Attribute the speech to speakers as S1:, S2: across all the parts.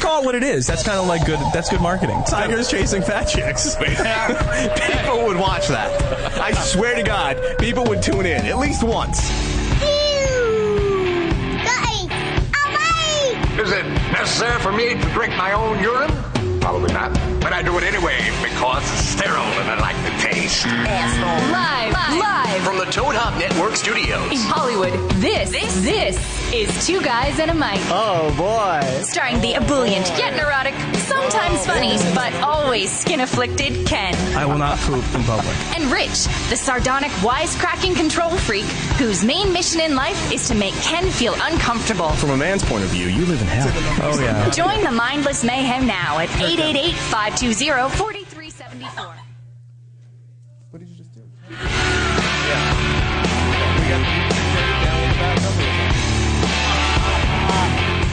S1: call it what it is. That's kind of like good. That's good marketing. Tigers chasing fat chicks.
S2: people would watch that. I swear to God, people would tune in at least once.
S3: Is it necessary for me to drink my own urine? Probably not. But I do it anyway because it's sterile and I like the taste.
S4: Asshole.
S5: Live, live,
S4: From the Toad Hop Network studios.
S5: in Hollywood. This, this, this is Two Guys and a Mic.
S2: Oh boy.
S5: Starring the ebullient yet neurotic, sometimes funny, but always skin afflicted Ken.
S1: I will not poop in public.
S5: And Rich, the sardonic, wisecracking control freak whose main mission in life is to make Ken feel uncomfortable.
S2: From a man's point of view, you live in hell.
S1: Oh yeah.
S5: Join the mindless mayhem now at 888 520 4374.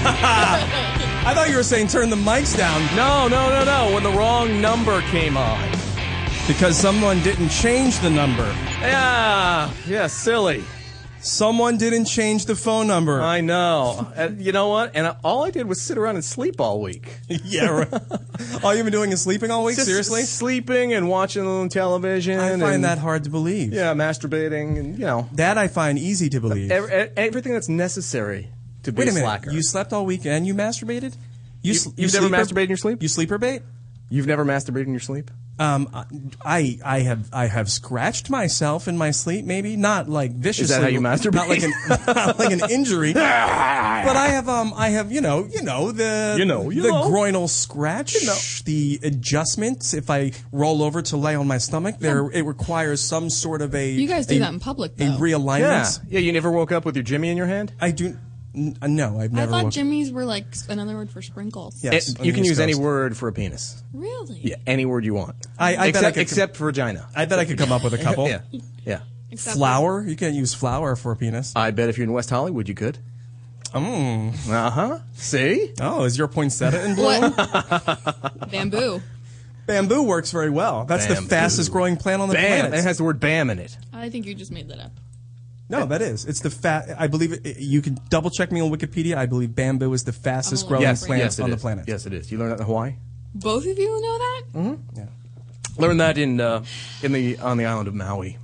S1: I thought you were saying turn the mics down. No, no, no, no. When the wrong number came on. Because someone didn't change the number.
S6: Yeah, yeah, silly.
S1: Someone didn't change the phone number.
S6: I know. Uh, you know what? And uh, all I did was sit around and sleep all week.
S1: yeah, right. All you've been doing is sleeping all week?
S6: Just
S1: Seriously?
S6: sleeping and watching television.
S1: I
S6: and,
S1: find that hard to believe.
S6: Yeah, masturbating and you know
S1: That I find easy to believe.
S6: ev- e- everything that's necessary to be
S1: Wait a minute.
S6: slacker.
S1: You slept all week and you masturbated? You, sl-
S6: you've never
S1: sleeper-
S6: masturbated in your sleep?
S1: You sleeper bait?
S6: You've never masturbated in your sleep?
S1: Um, I I have I have scratched myself in my sleep, maybe not like viciously.
S6: how you masturbate?
S1: Not like an not like an injury. but I have um I have you know you know the
S6: You know, you
S1: the
S6: know.
S1: groinal scratch,
S6: know.
S1: the adjustments. If I roll over to lay on my stomach, there it requires some sort of a
S7: You guys do
S1: a-
S7: that in public,
S1: a
S7: though.
S6: Yeah.
S1: realignment.
S6: Yeah, you never woke up with your Jimmy in your hand?
S1: I do. N- no, I've
S7: I
S1: never.
S7: thought
S1: woke-
S7: jimmies were like s- another word for sprinkles.
S1: Yes,
S6: It-
S1: on
S6: you
S1: the
S6: can
S1: East
S6: use any
S1: Coast.
S6: word for a penis.
S7: Really?
S6: Yeah, any word you want.
S1: I- I bet I
S6: except
S1: could-
S6: except vagina.
S1: I bet I could come up with a couple.
S6: yeah. Yeah.
S7: Except
S1: Flour. You can't use flour for a penis.
S6: I bet if you're in West Hollywood you could. Mm. Uh-huh. See?
S1: Oh, is your poinsettia in bloom?
S7: What? Bamboo.
S1: Bamboo works very well. That's the
S6: Bamboo.
S1: fastest growing plant on the
S6: Bam.
S1: planet.
S6: It has the word bam in it.
S7: I think you just made that up.
S1: no, that is. It's the fat. I believe it, you can double check me on Wikipedia. I believe bamboo is the fastest
S7: Oh.
S1: growing
S6: Yes,
S1: plant
S6: yes, it
S1: on the
S6: is.
S1: planet.
S6: Yes, it is. You learned that in Hawaii?
S7: Both of you know that?
S6: Learned that in uh, in the on the island of Maui.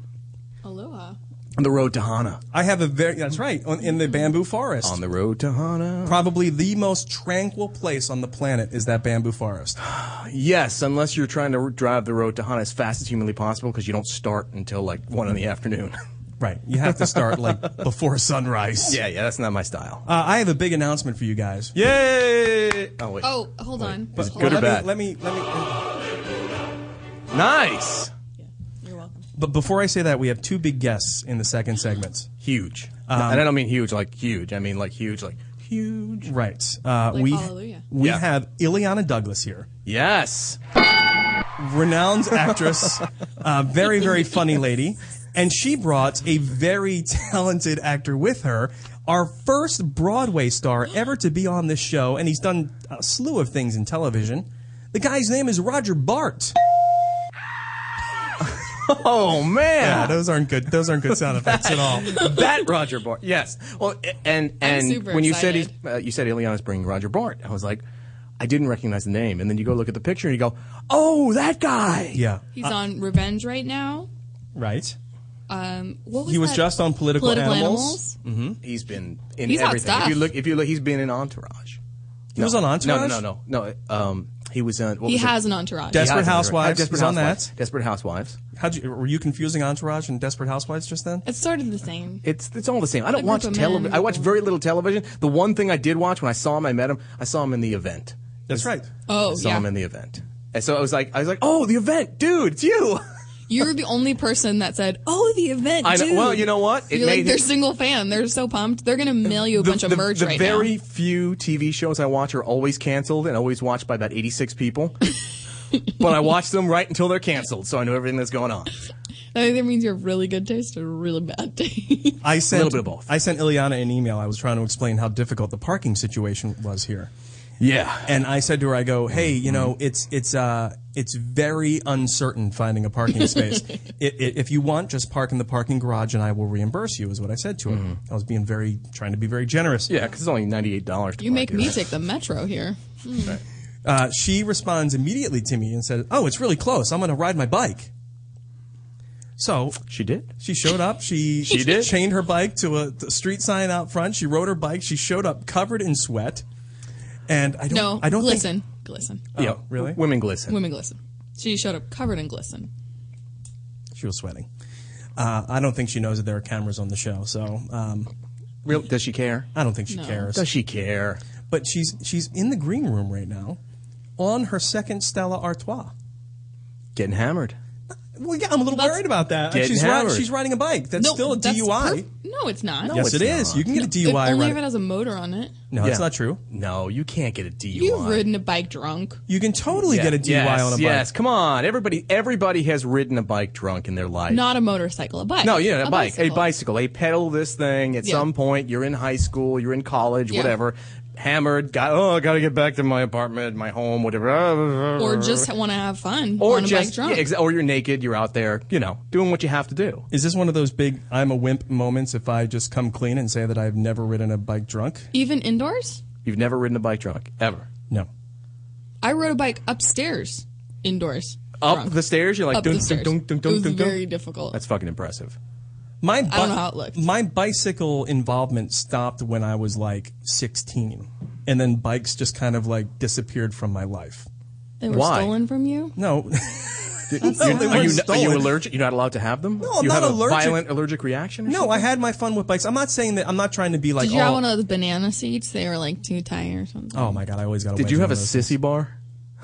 S6: Mm-hmm.
S7: Aloha.
S6: On the road to Hana.
S1: I have a very. That's right. On, in the bamboo forest.
S6: On the road to Hana.
S1: Probably the most tranquil place on the planet is that bamboo forest.
S6: Yes, unless you're trying to drive the road to Hana as fast as humanly possible because you don't start until like 1 in the afternoon.
S1: Right. You have to start like before sunrise.
S6: yeah, yeah, that's not my style.
S1: Uh, I have a big announcement for you guys.
S6: Yay! Oh wait.
S7: Oh, hold on. Just hold
S6: good or
S1: let
S7: on.
S6: bad?
S1: me, let me. Let me.
S6: Nice.
S7: You're welcome.
S6: Uh,
S1: But before I say that, we have two big guests in the second segment.
S6: Huge. and I don't mean huge like huge. I mean like huge like huge.
S1: Right. Uh,
S7: Like
S1: we
S7: hallelujah.
S1: we
S6: Yeah.
S1: have Ileana Douglas here.
S6: Yes.
S1: renowned actress, uh, very, very funny lady. And she brought a very talented actor with her, our first Broadway star ever to be on this show, and he's done a slew of things in television. The guy's name is Roger Bart.
S6: Oh man.
S1: those aren't good. Those aren't good sound effects at all.
S6: that Roger Bart. Yes. Well, a- and and
S7: super
S6: when you said
S7: excited.
S6: he's, uh, you said Ileana's bringing Roger Bart, I was like, I didn't recognize the name. And then you go look at the picture and you go, Oh, that guy.
S1: Yeah,
S7: He's on Revenge right now.
S1: right.
S7: Um, what was
S1: He was
S7: that?
S1: just on Political,
S7: Political
S1: Animals.
S7: Animals.
S6: He's been in
S7: He's hot
S6: everything.
S7: stuff.
S6: If you look, if you look, he's been in Entourage.
S1: He was on
S6: No,
S1: Entourage?
S6: no, no, no. no um, he was on. What
S7: He
S6: was it?
S7: has an entourage.
S1: Des-
S6: He
S1: Desperate
S6: has an entourage.
S1: Housewives.
S6: Desperate
S1: He's on
S6: Housewives.
S1: that.
S6: Desperate Housewives.
S1: How'd you, were you confusing Entourage and Desperate Housewives just then?
S7: it's sort of the same.
S6: It's it's all the same. I don't
S7: group
S6: watch
S7: of
S6: television.
S7: men.
S6: I watch very little television. The one thing I did watch when I saw him, I met him. I saw him in the event.
S1: That's right.
S6: I
S7: Oh,
S6: saw him
S7: yeah.
S6: in the event, and so I was like, I was like, oh, the event, dude, it's you.
S7: You're the only person that said, "Oh, the event."
S6: I know-
S7: dude.
S6: well, you know what? It
S7: You're
S6: made-
S7: like their single fan. They're so pumped. They're gonna mail you a bunch of
S6: the,
S7: merch
S6: the
S7: right
S6: very
S7: now.
S6: few TV shows I watch are always canceled and always watched by about eighty six people. but I watch them right until they're canceled, so I know everything that's going on.
S7: That either means you have really good taste or really bad taste.
S1: I sent
S6: little bit of both.
S1: I sent Ileana an email. I was trying to explain how difficult the parking situation was here.
S6: Yeah.
S1: And I said to her, I go, hey, you know,
S6: Mm-hmm.
S1: it's it's uh it's very uncertain finding a parking space. i i if you want, just park in the parking garage, and I will reimburse you. Is what I said to her.
S6: Mm-hmm.
S1: I was being very trying to be very generous.
S6: Yeah, because it's only ninety eight dollars.
S7: You make me take the metro here.
S1: Uh, she responds immediately to me and says, "Oh, it's really close. I'm going to ride my bike." So
S6: She did.
S1: she showed up. She
S6: She did?
S1: chained her bike to a, a street sign out front. She rode her bike. She showed up covered in sweat, and I don't.
S7: No,
S1: I don't think-
S7: glisten. glisten.
S6: yeah,
S1: Oh, really?
S6: Women glisten.
S7: Women glisten. She showed up covered in glisten.
S1: she was sweating. Uh, I don't think she knows that there are cameras on the show, so um,
S6: Real, does she care?
S1: I don't think she
S7: No.
S1: cares.
S6: Does she care?
S1: but she's she's in the green room right now, on her second Stella Artois.
S6: Getting hammered.
S1: Well, yeah, I'm a little
S7: That's-
S1: worried about that.
S6: Getting
S1: She's, ri-
S6: hammered.
S1: she's riding a bike. That's
S7: No,
S1: still a
S7: that's
S1: DUI.
S7: perf- no, it's not.
S1: yes,
S6: it's
S1: it is.
S6: not.
S1: You can get a
S7: It-
S1: DUI.
S7: only
S1: right-
S7: if it has a motor on it.
S1: no, that's
S6: Yeah.
S1: not true.
S6: No, you can't get a DUI.
S7: You've ridden a bike drunk.
S1: You can totally
S6: Yeah,
S1: get a DUI
S6: yes,
S1: on a bike.
S6: Yes, come on. Everybody everybody has ridden a bike drunk in their life.
S7: Not a motorcycle, a bike.
S6: no, yeah, a, bike,
S7: bicycle.
S6: a bicycle. They pedal this thing at
S7: Yeah.
S6: some point. You're in high school, you're in college,
S7: Yeah.
S6: whatever. Hammered, got oh, I got to get back to my apartment, my home, whatever. Ah,
S7: Or just want to have fun
S6: or
S7: on a
S6: just
S7: bike drunk.
S6: yeah, exa- or you're naked, you're out there, you know, doing what you have to do.
S1: Is this one of those big I'm a wimp moments if I just come clean and say that I've never ridden a bike drunk?
S7: Even indoors?
S6: You've never ridden a bike drunk ever.
S1: No.
S7: I rode a bike upstairs, indoors.
S6: Up
S7: drunk.
S6: the stairs, you're like
S7: Up
S6: dun,
S7: the stairs.
S6: Dun, dun, dun,
S7: it was
S6: dun, dun.
S7: very difficult.
S6: That's fucking impressive.
S1: My
S7: I don't know how it looked.
S1: My bicycle involvement stopped when I was like 16. And then bikes just kind of like disappeared from my life.
S7: they were
S6: Why?
S7: stolen from you?
S1: No.
S6: You-
S1: they
S6: are,
S1: weren't
S6: you, are you
S1: stolen.
S6: allergic? You're not allowed to have them. No,
S1: I'm
S6: you
S1: not
S6: have
S1: allergic.
S6: A violent allergic reaction. Or
S1: no,
S6: something?
S1: I had my fun with bikes. I'm not saying that I'm not trying to be like
S7: Did you have
S1: oh,
S7: one of those banana seats? They were like too tight or something.
S1: oh my god, I always got
S6: Did you have a sissy bar?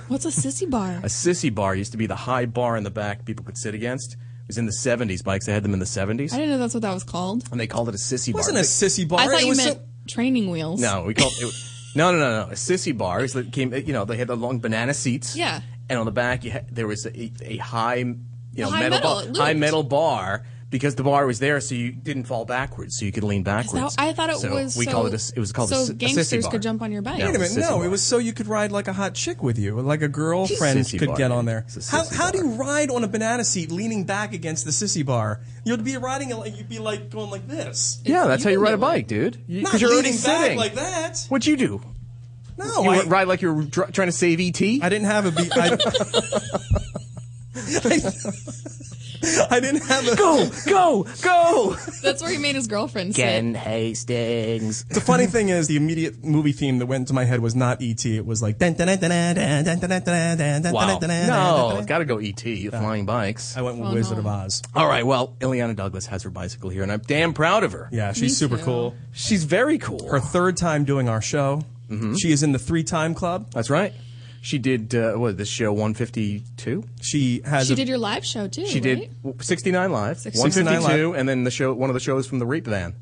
S7: What's a sissy bar?
S6: A sissy bar used to be the high bar in the back people could sit against. It was in the 70s. Bikes, they had them in the 70s,
S7: I didn't know that's what that was called.
S6: and they called it a sissy
S1: It
S6: bar.
S1: wasn't a
S6: They-
S1: sissy bar.
S7: I thought
S1: it
S7: you
S1: was
S7: meant
S1: so-
S7: training wheels.
S6: No, we called it. No, no, no, no. A sissy bar is that came. You know, they had the long banana seats.
S7: Yeah.
S6: And on the back, you had, there was a, a high, you know,
S7: high
S6: metal,
S7: metal, it
S6: bar, high
S7: looped.
S6: metal bar because the bar was there, so you didn't fall backwards, so you could lean backwards.
S7: That- I thought it
S6: So
S7: was.
S6: We
S7: so,
S6: called it. A, s- it was called a,
S7: so
S6: s- a sissy
S7: gangsters
S6: bar.
S7: could jump on your bike.
S6: No.
S1: Wait a minute.
S6: Sissy
S1: No,
S6: bar.
S1: it was so you could ride like a hot chick with you, like a girlfriend
S6: Sissy
S1: could
S6: bar,
S1: get
S6: man.
S1: on there.
S6: It's a
S1: How,
S6: sissy
S1: how do
S6: bar.
S1: you ride on a banana seat leaning back against the sissy bar? You'd be riding, a- you'd be like going like this.
S6: Yeah, that's
S7: You
S6: how you
S7: can
S6: ride
S7: do
S6: a
S7: it.
S6: bike, dude. You-
S1: Not
S6: you're already
S1: leaning back
S6: sitting.
S1: like that.
S6: What'd you do?
S1: No,
S6: You
S1: I,
S6: went ride like you're dr- trying to save E ET.
S1: I didn't have a be- I, I, I didn't have a.
S6: go, go, go.
S7: That's where he made his girlfriend sit.
S6: Hastings.
S1: The funny thing is, the immediate movie theme that went into my head was not E.T. It was like. Wow.
S6: Wow. No,
S1: No.
S6: it's got to go ET. the Flying bikes.
S1: Uh, I went with
S7: Oh,
S1: Wizard
S7: no.
S1: of Oz.
S6: All right. Well, Ileana Douglas has her bicycle here, and I'm damn proud of her.
S1: Yeah, she's super
S7: too.
S1: cool.
S6: She's very cool.
S1: her third time doing our show.
S6: Mm-hmm.
S1: She is in the three time club.
S6: That's right. She did uh, what this show 152.
S1: She has
S7: She
S1: a,
S7: did your live show too.
S6: She did 69 live,
S1: 69
S6: 152,
S1: Live.
S6: and then the show one of the shows from the Reap Van.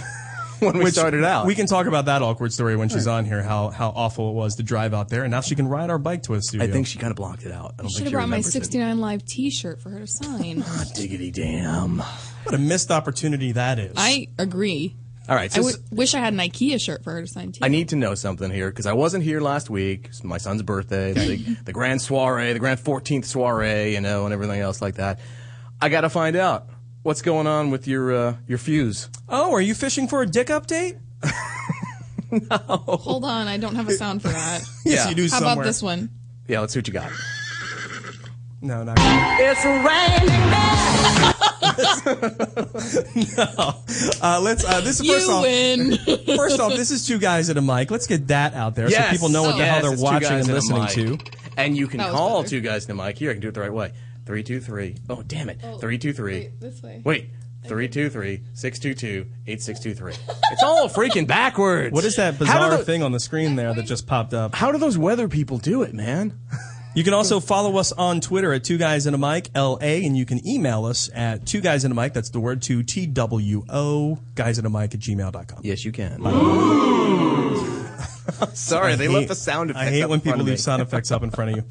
S6: when we started out,
S1: We can talk about that awkward story when she's on here. How how awful it was to drive out there, and now she can ride our bike to a studio.
S6: I think she kind of blocked it out. I don't
S7: Should
S6: think
S7: have
S6: she
S7: brought my
S6: remembers it.
S7: 69 live T-shirt for her to sign.
S6: Diggity damn.
S1: what a missed opportunity that is.
S7: I agree.
S6: All right,
S7: I
S6: so
S7: w- wish I had an IKEA shirt for her to sign too.
S6: I need to know something here because I wasn't here last week. It's my son's birthday, the, big- the grand soiree, the grand 14th soiree, you know, and everything else like that. I got to find out what's going on with your uh, your fuse.
S1: oh, are you fishing for a dick update?
S7: Hold on, I don't have a sound for that.
S1: Yes, you do.
S7: How
S1: somewhere.
S7: about this one?
S6: Yeah, let's see what you got.
S1: No, not. It's raining. no, uh, let's. Uh, this is first
S7: You
S1: off.
S7: win.
S1: First off, this is two guys at a mic. Let's get that out there so people know what the
S7: Oh.
S1: hell
S6: Yes,
S1: they're
S6: it's Two
S1: watching
S6: Guys
S1: and
S6: and a
S1: listening to.
S6: Mic. And you can
S7: That was
S6: call
S7: better.
S6: two guys in a mic. Here, I can do it the right way. Three, two, three. Oh, damn it. Three, two, three.
S7: wait, this way.
S6: Wait. Three, two, three, six, two, two, eight, six, two, three. It's all freaking backwards.
S1: What is that
S6: How do
S1: bizarre
S6: tho-
S1: thing on the screen there that just popped up?
S6: How do those weather people do it, man?
S1: You can also follow us on Twitter at Two Guys in a Mic LA, and you can email us at Two Guys in a Mic. That's the word two T W O Guys in a Mic at gmail.com.
S6: Yes, you can. Sorry, they left the sound effect.
S1: I hate
S6: up
S1: when
S6: in front
S1: people
S6: of me.
S1: leave sound effects up in front of you.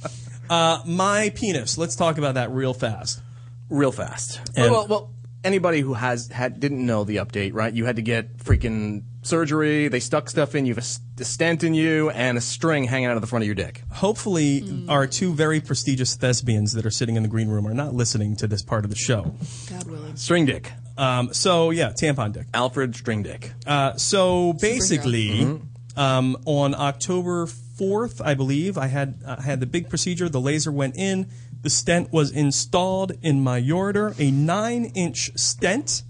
S1: Uh, my penis. Let's talk about that real fast.
S6: real fast.
S1: And-
S6: well, well, anybody who has had didn't know the update, right? You had to get freaking surgery. They stuck stuff in you, have a s- a stent in you, and a string hanging out of the front of your dick.
S1: Hopefully, our two very prestigious thespians that are sitting in the green room are not listening to this part of the show.
S7: God willing.
S6: String dick.
S1: Um, so, yeah, tampon dick.
S6: Alfred String Dick. Mm-hmm.
S1: Uh, so basically, um, on October fourth, I believe, I had uh, had the big procedure. The laser went in. The stent was installed in my ureter, a nine-inch stent.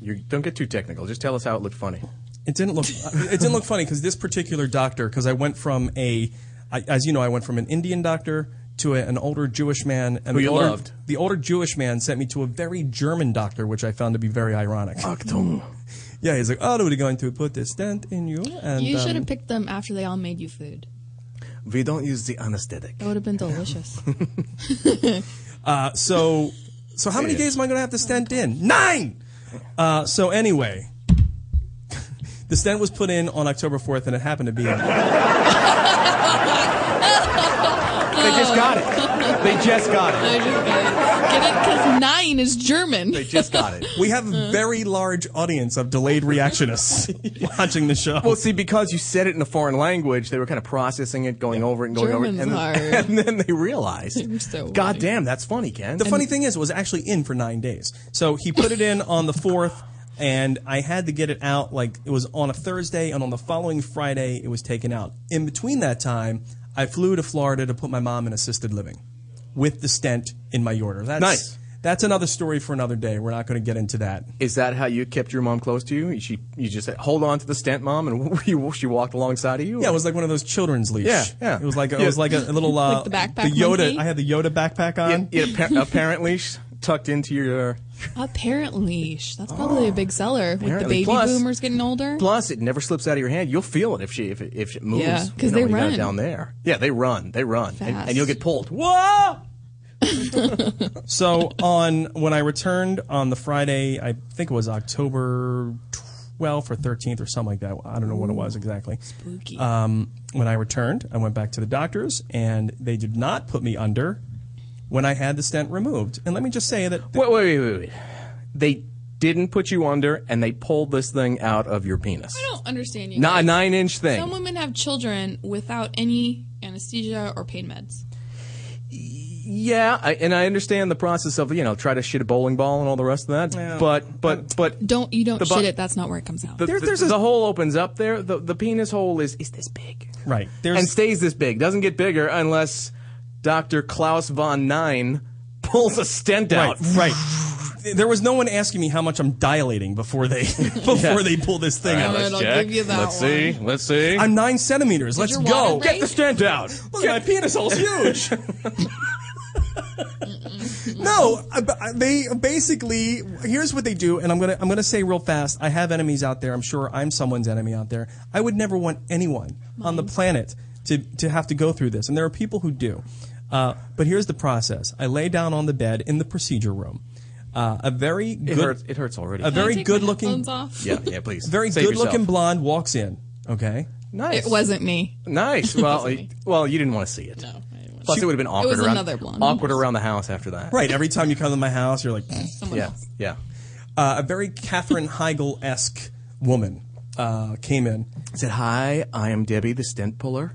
S6: You don't get too technical. Just tell us how it looked funny.
S1: It didn't look. it didn't look funny because this particular doctor. Because I went from a, I, as you know, I went from an Indian doctor to a, an older Jewish man, and
S6: Who
S1: the
S6: you
S1: older,
S6: loved.
S1: The older Jewish man sent me to a very German doctor, which I found to be very ironic.
S6: Oh.
S1: Yeah, he's like, "Oh, we're going to put a stent in you." And
S7: You
S1: um,
S7: should have picked them after they all made you food.
S6: We don't use the anesthetic.
S7: That would have been delicious.
S1: uh, so, so how many days am I going to have the stent in? Nine. Uh, so anyway, the stent was put in on October fourth, and it happened to be.
S2: They just got it. They just got it.
S7: I
S6: Oh.
S7: just got it. Get it? Because nine is German.
S6: They just got it.
S1: We have a very large audience of delayed reactionists watching the show.
S6: Well, see, because you said it in a foreign language, they were kind of processing it, going over it, and going
S7: German's
S6: over it, and,
S7: hard.
S6: and then they realized,
S7: They're so
S6: God
S7: funny.
S6: damn, that's funny, Ken.
S1: the funny thing is, it was actually in for nine days. So he put it in on
S6: Oh
S1: the fourth, and I had to get it out. Like it was on a Thursday, and on the following Friday, it was taken out. In between that time, I flew to Florida to put my mom in assisted living with the stent in my ureter. That's,
S6: Nice.
S1: That's another story for another day. We're not going to get into that.
S6: is that how you kept your mom close to you? She, you just said, hold on to the stent, mom, and you, she walked alongside of you.
S1: Yeah, it was like one of those children's leash.
S6: Yeah, yeah.
S1: It was like it
S6: Yeah.
S1: was like a, little
S7: Like
S1: uh,
S7: the backpack
S1: Yoda.
S7: monkey?
S1: I had the Yoda backpack on.
S6: Yeah, yeah, appa- apparently sh- tucked into your.
S7: Apparently, sh- that's probably a big seller with the
S6: Apparently.
S7: baby
S6: Plus-
S7: boomers getting older.
S6: Plus, it never slips out of your hand. You'll feel it if she if it, if it moves.
S7: Yeah, 'cause
S6: you know,
S7: they
S6: when you got it
S7: run.
S6: down there. Yeah, they run. They run, and,
S7: Fast.
S6: and you'll get pulled. Whoa!
S1: So on when I returned on the Friday, I think it was October 12th or 13th or something like that. I don't know what it was exactly.
S7: Spooky.
S1: Um, when I returned, I went back to the doctors and they did not put me under when I had the stent removed. And let me just say that
S6: Wait, wait, wait, wait, wait. They didn't put you under, and they pulled this thing out of your penis.
S7: I don't understand you.
S6: Not a
S7: guys.
S6: nine-inch thing.
S7: Some women have children without any anesthesia or pain meds.
S6: Yeah, I, and I understand the process of you know try to shit a bowling ball and all the rest of that. But but but
S7: Um, Don't you don't
S6: The bu-
S7: shit it. That's not where it comes out.
S6: the,
S1: There-
S6: the-
S1: there's
S6: the
S1: a-
S6: hole opens up there. The the penis hole is is this big,
S1: right there's
S6: and stays this big. Doesn't get bigger unless Doctor Klaus von Nine pulls a stent
S1: right
S6: out.
S1: right. There was no one asking me how much I'm dilating before they before they pull this thing
S7: All right,
S1: out.
S7: I'll give you that one.
S6: Let's see.
S1: I'm nine centimeters. Let's
S7: your
S1: go.
S7: water break? Get the
S1: stent out. Look, my penis hole's huge. no, I- but I- they basically here's what they do, and I'm gonna I'm gonna say real fast. I have enemies out there. I'm sure I'm someone's enemy out there. I would never want anyone on the planet to to have to go through this, and there are people who do. Uh, but here's the process. I lay down on the bed in the procedure room. Uh, a very good,
S6: It hurts. It hurts already.
S1: a
S7: Can I
S1: very
S7: take my
S1: good looking,
S7: headphones off?
S6: yeah, yeah. Please.
S1: Uh, very
S6: Save
S1: good looking
S6: yourself.
S1: blonde walks in. Okay.
S6: Nice.
S7: It wasn't me.
S6: nice. Well,
S7: wasn't me.
S6: well, you didn't want to see it.
S7: No, I didn't want
S6: Plus,
S7: to-
S6: it would have been awkward.
S7: was
S6: around,
S7: another blonde.
S6: Awkward around the house after that.
S1: Right. Every time you come to my house, you're like,
S7: someone
S6: Yeah.
S7: else.
S6: Yeah.
S1: uh, a very Catherine Heigl esque woman uh, came in.
S6: I said hi. I am Debbie, the stent puller.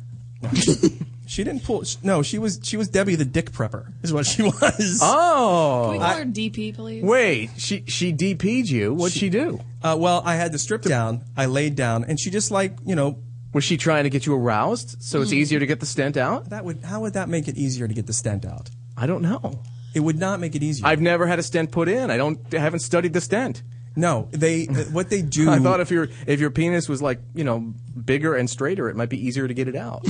S1: She didn't pull. sh no, she was she was Debbie the dick prepper is what she was.
S6: Oh.
S7: Can we call her DP, please?
S6: Wait, she she DP'd you. What'd she, do?
S1: Uh, well, I had to strip down. I laid down, and she just like you know
S6: Was she trying to get you aroused so
S7: Hmm.
S6: it's easier to get the stent out?
S1: that would how would that make it easier to get the stent out?
S6: I don't know.
S1: It would not make it easier.
S6: I've never had a stent put in. I don't I haven't studied the stent.
S1: no, they uh, what they do.
S6: I thought if your if your penis was like, you know, bigger and straighter, it might be easier to get it out.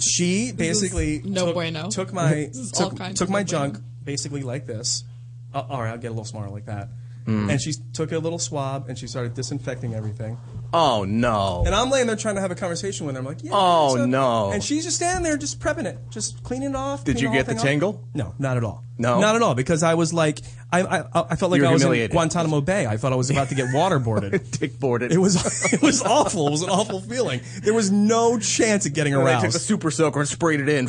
S1: she basically
S7: no
S1: took,
S7: bueno.
S1: took my
S7: is all
S1: took,
S7: kinds
S1: took
S7: of
S1: my
S7: no bueno.
S1: junk basically like this. Uh, all right, I'll get a little smaller like that.
S6: Hmm.
S1: And she took a little swab and she started disinfecting everything.
S6: oh no.
S1: And I'm laying there trying to have a conversation with her. I'm like, yeah.
S6: Oh,
S1: so-
S6: no.
S1: And she's just standing there, just prepping it, just cleaning it off.
S6: Did
S1: cleaning
S6: you get
S1: whole
S6: the
S1: thing
S6: tingle?
S1: off. No, not at all.
S6: No?
S1: not at all. Because I was like, I I, I felt like
S6: You were
S1: I was in
S6: humiliated.
S1: Guantanamo Bay. I thought I was about to get waterboarded.
S6: Dick boarded.
S1: It was it was awful. It was an awful feeling. There was no chance of getting
S6: They took the
S1: aroused.
S6: super soaker and sprayed it in.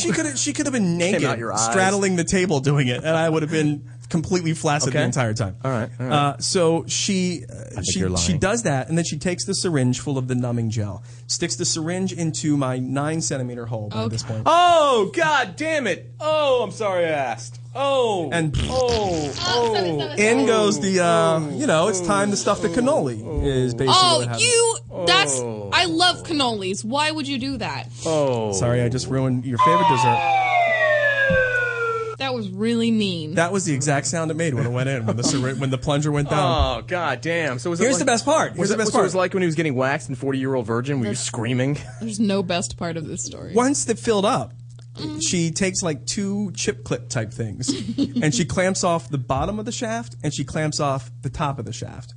S1: She could she could have been
S6: out
S1: naked,
S6: your eyes.
S1: straddling the table doing it, and I would have been completely flaccid the
S6: Okay.
S1: entire time.
S6: All right, all right.
S1: Uh, so she uh, she
S6: you're lying.
S1: she does that, and then she takes the syringe full of the numbing gel, sticks the syringe into my nine centimeter hole by this point,
S6: Oh God, damn it! Oh, I'm sorry I asked. Oh,
S1: and
S6: oh,
S7: Oh, seven, seven,
S1: in
S7: seven.
S1: goes the uh, you know it's time to stuff the cannoli is basically what
S7: Oh,
S1: happens.
S7: you. That's. I love cannolis. Why would you do that?
S6: oh.
S1: Sorry, I just ruined your favorite dessert.
S7: That was really mean.
S1: That was the exact sound it made when it went in when the syringe, when the plunger went down.
S6: Oh God, damn! So was it
S1: Here's
S6: like-
S1: the best part. Here's
S6: was
S1: the best
S6: it, So it was
S1: part.
S6: like when he was getting waxed in Forty Year Old Virgin. Were you screaming?
S7: There's no best part of this story.
S1: Once it filled up,
S7: Mm-hmm.
S1: she takes like two chip clip type things, and she clamps off the bottom of the shaft and she clamps off the top of the shaft,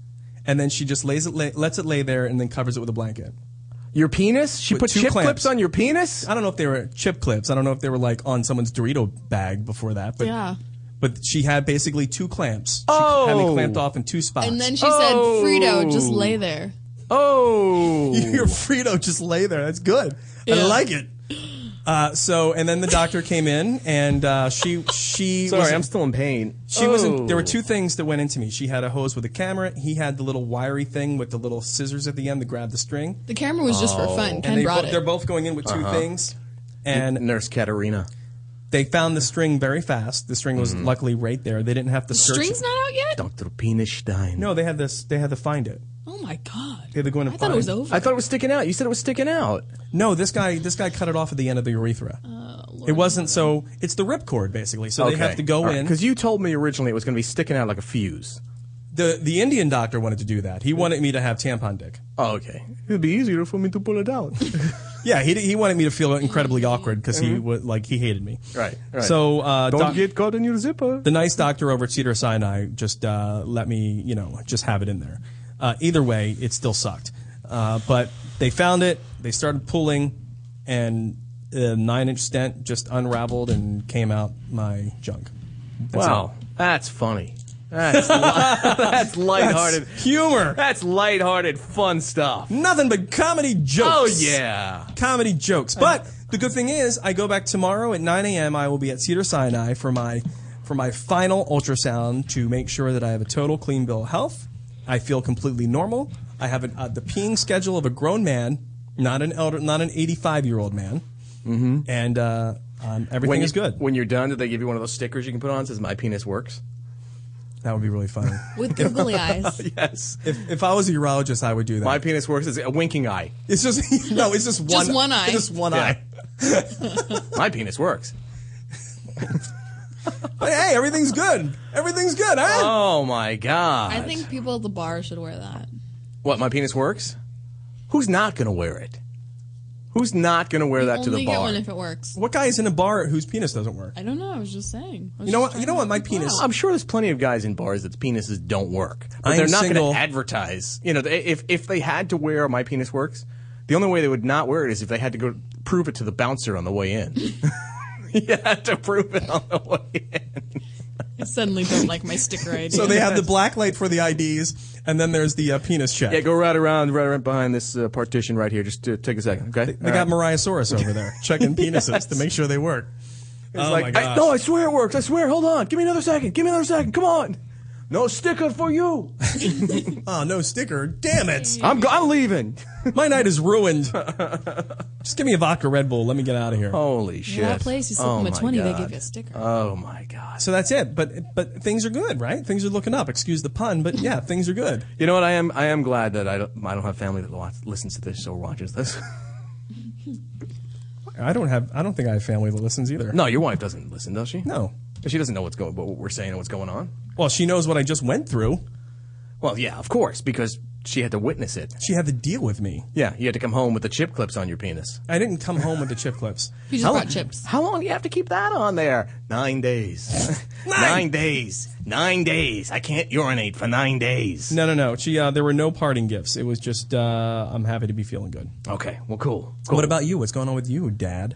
S1: and then she just lays it, lay, lets it lay there, and then covers it with a blanket.
S6: Your penis? She
S1: With
S6: put
S1: two
S6: chip
S1: clamps.
S6: clips Uh, on your penis?
S1: I don't know if they were chip clips. I don't know if they were like on someone's Dorito bag before that, but
S7: Yeah.
S1: But she had basically two clamps. She
S6: Oh.
S1: had me clamped off in two spots.
S7: And then she
S6: Oh.
S7: said, Frito, just lay there.
S6: Oh,
S1: your Frito just lay there. That's good. I
S7: Yeah.
S1: like it. Uh, so, and then the doctor came in, and uh, she she was,
S6: sorry, I'm still in pain.
S1: she wasn't.
S6: Oh.
S1: There were two things that went into me. She had a hose with a camera. He had the little wiry thing with the little scissors at the end to grab the string.
S7: The camera was just for fun.
S1: Oh. and
S7: Ken
S1: they
S7: brought
S1: bo-
S7: it.
S1: they're both going in with 2
S6: Uh-huh.
S1: things, and
S6: Nurse Katerina.
S1: they found the string very fast. The string
S6: Mm.
S1: was luckily right there. They didn't have to search.
S7: String's not out yet?
S6: Dr. Penis Stein.
S1: no, they had this. They had to find it.
S7: Oh my god.
S1: They had to go in and
S7: I thought it
S1: find-
S7: was over.
S6: I thought it was sticking out. You said it was sticking out.
S1: No, this guy this guy cut it off at the end of the urethra.
S7: Oh,
S1: it wasn't so it's the ripcord basically. So they have to go in.
S6: Because you told me originally it was going to be sticking out like a fuse.
S1: the the Indian doctor wanted to do that. He wanted me to have tampon dick.
S6: Oh, okay. It'd be easier for me to pull it out.
S1: Yeah, he he wanted me to feel incredibly awkward because he was like he hated me.
S6: Mm-hmm. Right, right.
S1: So uh, doc-
S6: caught in your zipper.
S1: the nice doctor over at Cedar Sinai just uh, let me you know just have it in there. Uh, either way, it still sucked. Uh, but they found it. They started pulling, and the nine inch stent just unraveled and came out my junk. That's
S6: wow, that's funny. That's, li- that's lighthearted.
S1: it. humor.
S6: That's lighthearted fun stuff.
S1: Nothing but comedy jokes.
S6: Oh yeah.
S1: comedy jokes. But the good thing is, I go back tomorrow at 9 a.m. I will be at Cedar Sinai for my for my final ultrasound to make sure that I have a total clean bill of health. I feel completely normal. I have an, uh, the peeing schedule of a grown man, not an elder, not an 85 year old man, mm-hmm. and uh, um, everything
S6: When
S1: is
S6: you-
S1: good.
S6: When you're done, did they give you one of those stickers you can put on that says "My penis works"?
S1: that would be really funny.
S7: With googly eyes.
S6: Yes.
S1: if, if I was a urologist, I would do that.
S6: My penis works is a winking eye.
S1: it's just no, it's just one,
S7: one eye.
S1: just one eye.
S6: My penis works.
S1: But hey, everything's good. Everything's good. eh? Huh?
S6: Oh my god.
S7: I think people at the bar should wear that.
S6: What, my penis works? Who's not going to wear it? Who's not going to wear that to
S7: Only
S6: the
S7: get
S6: bar?
S7: one if it works.
S1: What guy is in a bar whose penis doesn't work?
S7: I don't know. I was just saying. I was
S1: You know
S7: just
S1: what? You
S7: trying
S1: know
S7: to
S1: what? My
S7: help you
S1: penis.
S7: out.
S6: I'm sure there's plenty of guys in bars that penises don't work. But
S1: I'm
S6: they're not going
S1: single.
S6: to advertise. You know, they- if, if they had to wear my penis works, the only way they would not wear it is if they had to go prove it to the bouncer on the way in. you had to prove it on the way in.
S7: I suddenly don't like my sticker idea.
S1: So they have the black light for the IDs, and then there's the uh, penis check.
S6: Yeah, go right around, right around behind this uh, partition right here. Just uh, take a second, okay? Uh,
S1: they got Mariah Soros over there checking penises to make sure they work. oh my
S6: like, I,
S1: gosh.
S6: no, I swear it works. I swear. Hold on. Give me another second. Give me another second. Come on. No sticker for you.
S1: oh no sticker! Damn it!
S6: I'm, go- I'm leaving.
S1: My night is ruined. Just give me a vodka Red Bull. Let me get out of here.
S6: Holy shit.
S7: At that place, you slip
S6: Oh
S7: them a
S6: my
S7: 20, they
S6: God.
S7: give you a sticker.
S1: Uh,
S6: Oh my god.
S1: So that's it. But but things are good, right? Things are looking up. Excuse the pun, but yeah, things are good.
S6: You know what? I am I am glad that I don't, I don't have family that watch, listens to this or watches this.
S1: I don't have. I don't think I have family that listens either.
S6: no, your wife doesn't listen, does she?
S1: No.
S6: She doesn't know what's going what we're saying and what's going on.
S1: Well, she knows what I just went through.
S6: Well, yeah, of course, because she had to witness it.
S1: She had to deal with me.
S6: Yeah, you had to come home with the chip clips on your penis.
S1: I didn't come home with the chip clips.
S7: you just
S6: How
S7: brought
S6: long,
S7: chips.
S6: How long do you have to keep that on there? Nine days. nine. days. Nine days. I can't urinate for nine days.
S1: No, no, no. She. Uh, there were no parting gifts. It was just. Uh, I'm happy to be feeling good.
S6: Okay. Well, cool. cool.
S1: What about you? What's going on with you, Dad?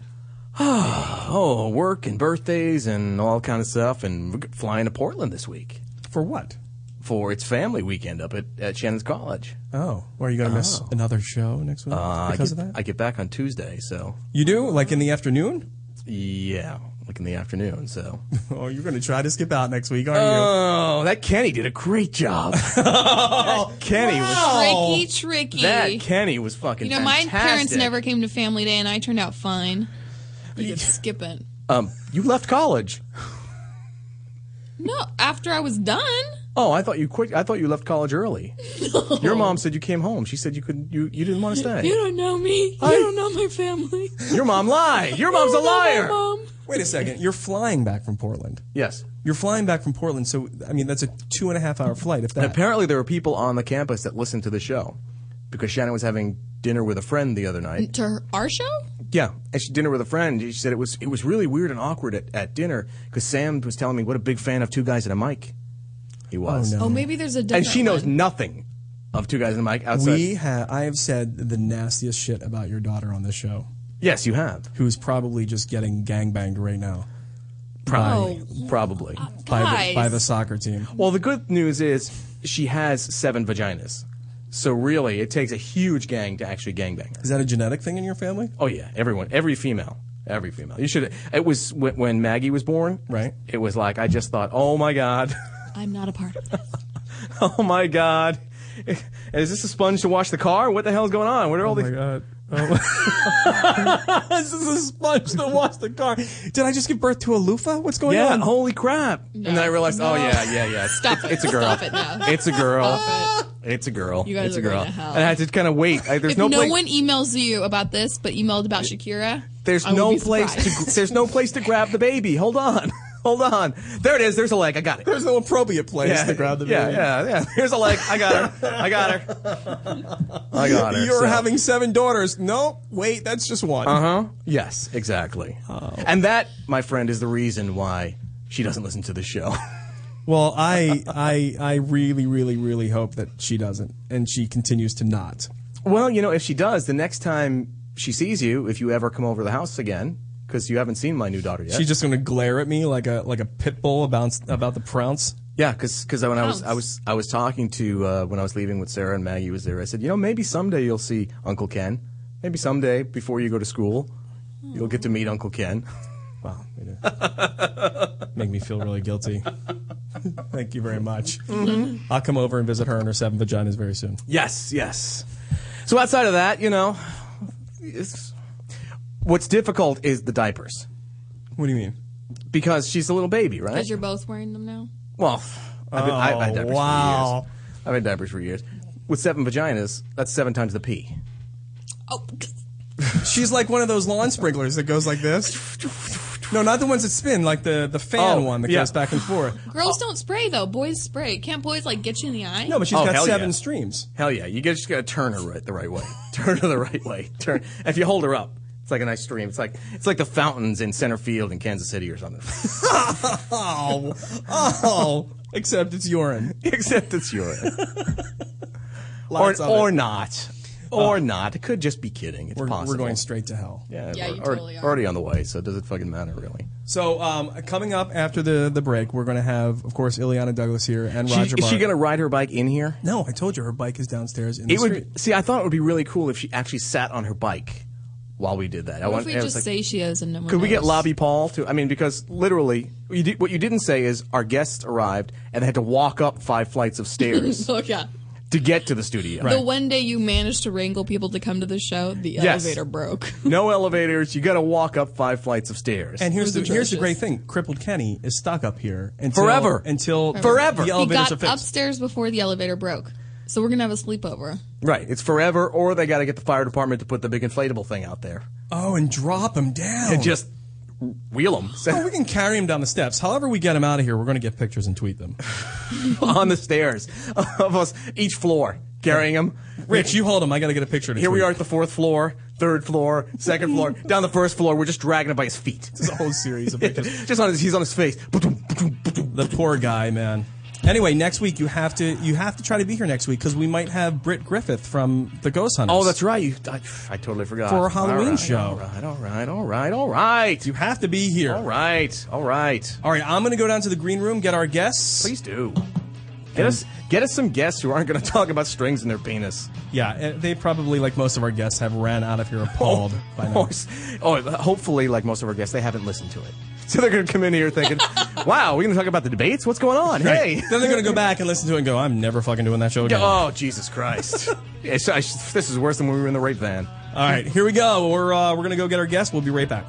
S6: Oh, work and birthdays and all kind of stuff, and we're flying to Portland this week
S1: For what?
S6: for its family weekend up at, at Shannon's College.
S1: Oh, are you going to miss another show next week
S6: Uh, I
S1: because
S6: get,
S1: of that?
S6: I get back on Tuesday, so
S1: you do, like in the afternoon.
S6: yeah. like in the afternoon. So,
S1: Oh, you're going to try to skip out next week, aren't
S6: oh, that Kenny did a great job. That Kenny was
S7: Tricky, tricky.
S6: that Kenny was fucking.
S7: you know, my parents
S6: fantastic.
S7: never came to family day, and I turned out fine. You could skip it.
S6: Um, you left college.
S7: No, after I was done.
S6: Oh, I thought you quit. I thought you left college early. Your mom said you came home. She said you couldn't. You you didn't want to
S7: You
S6: stay.
S7: don't know me.
S6: I-
S7: you don't know my family.
S6: Your mom lied. Your mom's
S7: You
S6: a
S7: don't know my
S6: liar.
S7: mom.
S1: you? Wait a second. You're flying back from Portland.
S6: Yes.
S1: You're flying back from Portland, so I mean that's a two and a half hour flight. If that,
S6: Apparently, there were people on the campus that listened to the show because Shannon was having dinner with a friend the other night.
S7: To her, our show?
S6: Yeah, and she dinner with a friend. She said it was it was really weird and awkward at, at dinner because Sam was telling me what a big fan of Two Guys and a Mic he was,
S7: Oh, maybe there's a different
S6: and she knows
S7: one.
S6: nothing of Two Guys and a Mic outside.
S1: we ha- I have said the nastiest shit about your daughter on this show,
S6: yes, you have
S1: who's probably just getting gangbanged right now
S7: Oh,
S6: probably.
S1: by the,
S7: Guys.
S1: by the soccer team.
S6: Well, the good news is she has seven vaginas, so really it takes a huge gang to actually gangbang her.
S1: Is that a genetic thing in your family?
S6: Oh yeah, everyone, every female, every female. You should. It was when, when Maggie was born.
S1: Right.
S6: It was like I just thought, oh my god.
S7: I'm not a part of this.
S6: Oh my god. Is this a sponge to wash the car? What the hell is going on? What are all these?
S1: god. this is a sponge that washed the car. Did I just give birth to a loofah? What's going
S6: Yeah,
S1: on?
S6: holy crap. And then I realized, oh yeah, yeah, yeah.
S7: Stop it.
S6: It's a girl.
S7: Stop it now.
S6: It's a girl.
S7: Stop it.
S6: It's a girl.
S7: You guys
S6: it's a
S7: are going
S6: girl.
S7: to hell.
S6: And I had to kind of wait. I, there's
S7: If
S6: no,
S7: no,
S6: place.
S7: one emails you about this, but emailed about Shakira,
S6: there's
S7: I will
S6: no
S7: be
S6: place to.
S7: surprised.
S6: There's no place to grab the baby. Hold on. Hold on. There it is. There's a leg. I got it.
S1: There's no appropriate place to grab the
S6: yeah,
S1: baby.
S6: yeah, yeah. There's a leg. I got her. I got her. I got her.
S1: You're
S6: So-
S1: having seven daughters. No, wait, that's just one.
S6: Huh? Yes, exactly. And that, my friend, is the reason why she doesn't listen to the show.
S1: Well, I, I, I really, really, really hope that she doesn't, and she continues to not.
S6: well, you know, if she does, the next time she sees you, if you ever come over to the house again, because you haven't seen my new daughter yet.
S1: She's just going to glare at me like a like a pit bull about about the prounce.
S6: yeah, because when I was I
S7: Bounce.
S6: was I was talking to uh, when I was leaving with Sarah and Maggie was there, I said, you know, maybe someday you'll see Uncle Ken. Maybe someday before you go to school, you'll get to meet Uncle Ken.
S1: Wow, you know, make me feel really guilty. Thank you very much.
S6: Mm-hmm.
S1: I'll come over and visit her and her seven vaginas very soon.
S6: Yes, yes. So outside of that, you know, it's, what's difficult is the diapers.
S1: What do you mean?
S6: because she's a little baby, right?
S7: Because you're both wearing them now.
S6: well, I've been, I've had
S1: Oh,
S6: diapers
S1: wow.
S6: for years. I've had diapers for years. With seven vaginas, that's seven times the pee.
S7: Oh,
S1: She's like one of those lawn sprinklers that goes like this. No, not the ones that spin, like the the fan
S6: Oh,
S1: one that
S6: yeah.
S1: goes back and forth.
S7: girls don't spray though. Boys spray. Can't boys like get you in the eye?
S1: No, but she's
S6: Oh,
S1: got
S6: hell
S1: seven
S6: yeah.
S1: streams.
S6: Hell yeah, you just gotta turn her right the right way. turn her the right way. Turn. If you hold her up, it's like a nice stream. It's like it's like the fountains in center field in Kansas City or something.
S1: Oh, oh! Except it's urine.
S6: Except it's yours, or
S1: Lots of it. Oh.
S6: or not, or not. It could just be kidding. It's
S1: We're,
S6: possible.
S1: we're going straight to hell.
S6: Yeah,
S7: Yeah,
S6: we're
S7: you
S6: already-
S7: totally are.
S6: already on the way. So does it fucking matter really?
S1: So, um, coming up after the, the break, we're going to have, of course, Ileana Douglas here and
S6: She,
S1: Roger.
S6: is she
S1: Bart.
S6: gonna ride her bike in here?
S1: No, I told you her bike is downstairs in the
S6: It
S1: street.
S6: would see. I thought it would be really cool if she actually sat on her bike while we did that. I
S7: What if
S6: want-
S7: we
S6: I was
S7: just
S6: like,
S7: say she is and no one
S6: Could we get
S7: knows?
S6: Lobby Paul to? I mean, because literally, you did, what you didn't say is our guests arrived and they had to walk up five flights of stairs
S7: Oh yeah.
S6: to get to the studio.
S7: The one day you managed to wrangle people to come to the show, the
S6: Yes.
S7: elevator broke.
S6: No elevators. You got to walk up five flights of stairs.
S1: and here's the here's the
S7: atrocious.
S1: great thing: crippled Kenny is stuck up here until,
S6: Forever.
S1: until
S6: Forever.
S1: the
S6: He
S7: he
S1: elevators
S7: got
S1: are fixed.
S7: upstairs before the elevator broke, so we're gonna have a sleepover.
S6: right, it's forever, or they got to get the fire department to put the big inflatable thing out there
S1: Oh, and drop him down.
S7: Oh.
S6: and just wheel them
S1: Oh, we can carry him down the steps. However, we get him out of here, we're going to get pictures and tweet them.
S6: on the stairs of us each floor carrying them.
S1: Rich, you hold him. I got to get a picture. To
S6: Here we
S1: tweet.
S6: are at the fourth floor, third floor, second floor, down the first floor. We're just dragging him by his feet.
S1: It's a whole series of pictures.
S6: Just on his, he's on his face.
S1: the poor guy, man. Anyway, next week you have to you have to try to be here next week because we might have Britt Griffith from the Ghost Hunters.
S6: Oh, that's right. You, I, I totally forgot.
S1: For our Halloween
S6: All right,
S1: show.
S6: All right, all right, all right, all right.
S1: You have to be here.
S6: All right, all right.
S1: All right, I'm going to go down to the green room, get our guests.
S6: Please do. Get us, get us some guests who aren't going to talk about strings in their penis.
S1: Yeah, eh, they probably, like most of our
S6: Oh.
S1: guests, have ran out of here appalled by now.
S6: Or, s- or hopefully, like most of our guests, they haven't listened to it. so they're going to come in here thinking, wow, we're going to talk about the debates? What's going on? Hey.
S1: then they're gonna go back and listen to it and go, "I'm never fucking doing that show again."
S6: Oh, Jesus Christ. Yeah, so I sh- this is worse than when we were in the rape van.
S1: All right, here we go. We're uh, we're gonna go get our guest. We'll be right back.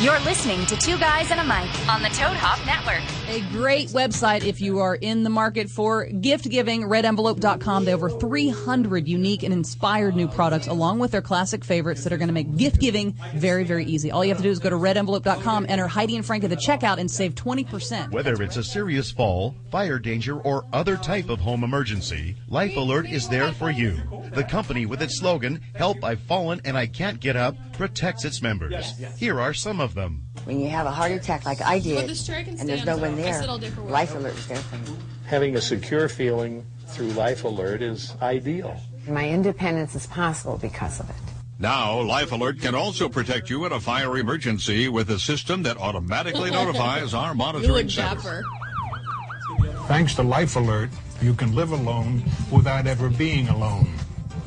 S5: You're listening to Two Guys and a Mic on the Toad Hop Network.
S8: A great website if you are in the market for gift giving, redenvelope.com. They have over 300 unique and inspired new products along with their classic favorites that are going to make gift giving very, very easy. All you have to do is go to redenvelope.com, enter Heidi and Frank at the checkout, and save 20%.
S9: Whether it's a serious fall, fire danger, or other type of home emergency, Life Alert is there for you. The company with its slogan, Help I've Fallen and I Can't Get Up, protects its members. Here are some of them.
S10: When you have a heart attack like I did,
S7: But this chair can
S10: and there's no
S7: stand
S10: one
S7: up. I
S10: there,
S7: sit all day for work.
S10: Life Alert is there for me.
S11: Having a secure feeling through Life Alert is ideal.
S10: My independence is possible because of it.
S9: Now, Life Alert can also protect you in a fire emergency with a system that automatically notifies our
S7: You look dapper.
S11: Thanks to Life Alert, you can live alone without ever being alone.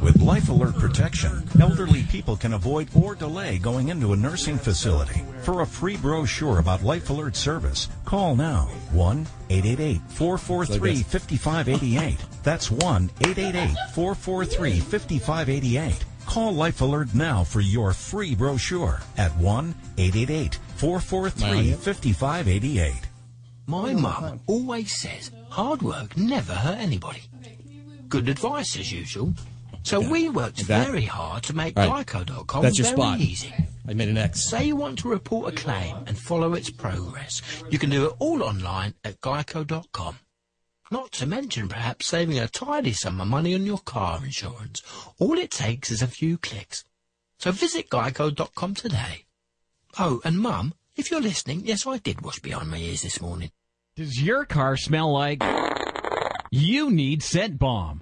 S9: With Life Alert protection, elderly people can avoid or delay going into a nursing facility. For a free brochure about Life Alert service, call now 1 888 443 5588. That's 1 888 443 5588. Call Life Alert now for your free brochure at 1 888 443 5588.
S4: My mum always says hard work never hurt anybody. Good advice as usual. So we worked
S1: that-
S4: very hard to make
S1: Right.
S4: Geico.com
S1: That's your
S4: very
S1: spot.
S4: easy.
S1: I made an X.
S4: Say you want to report a claim and follow its progress. You can do it all online at geico.com. Not to mention perhaps saving a tidy sum of money on your car insurance. All it takes is a few clicks. So visit geico.com today. Oh, and mum, if you're listening, yes, I did wash behind my ears this morning.
S12: Does your car smell like? You need scent bomb.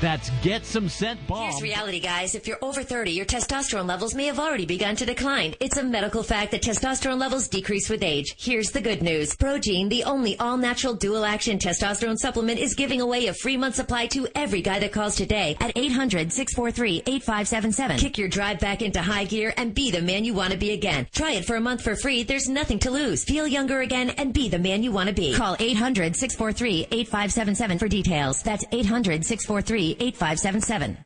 S12: That's
S13: Here's
S12: getsomescentbomb.
S13: reality, guys. If you're over 30, your testosterone levels may have already begun to decline. It's a medical fact that testosterone levels decrease with age. Here's the good news. Progene, the only all-natural dual-action testosterone supplement, is giving away a free month supply to every guy that calls today at 800-643-8577. Kick your drive back into high gear and be the man you want to be again. Try it for a month for free. There's nothing to lose. Feel younger again and be the man you want to be. Call 800-643-8577 for details. That's 800-643-8577.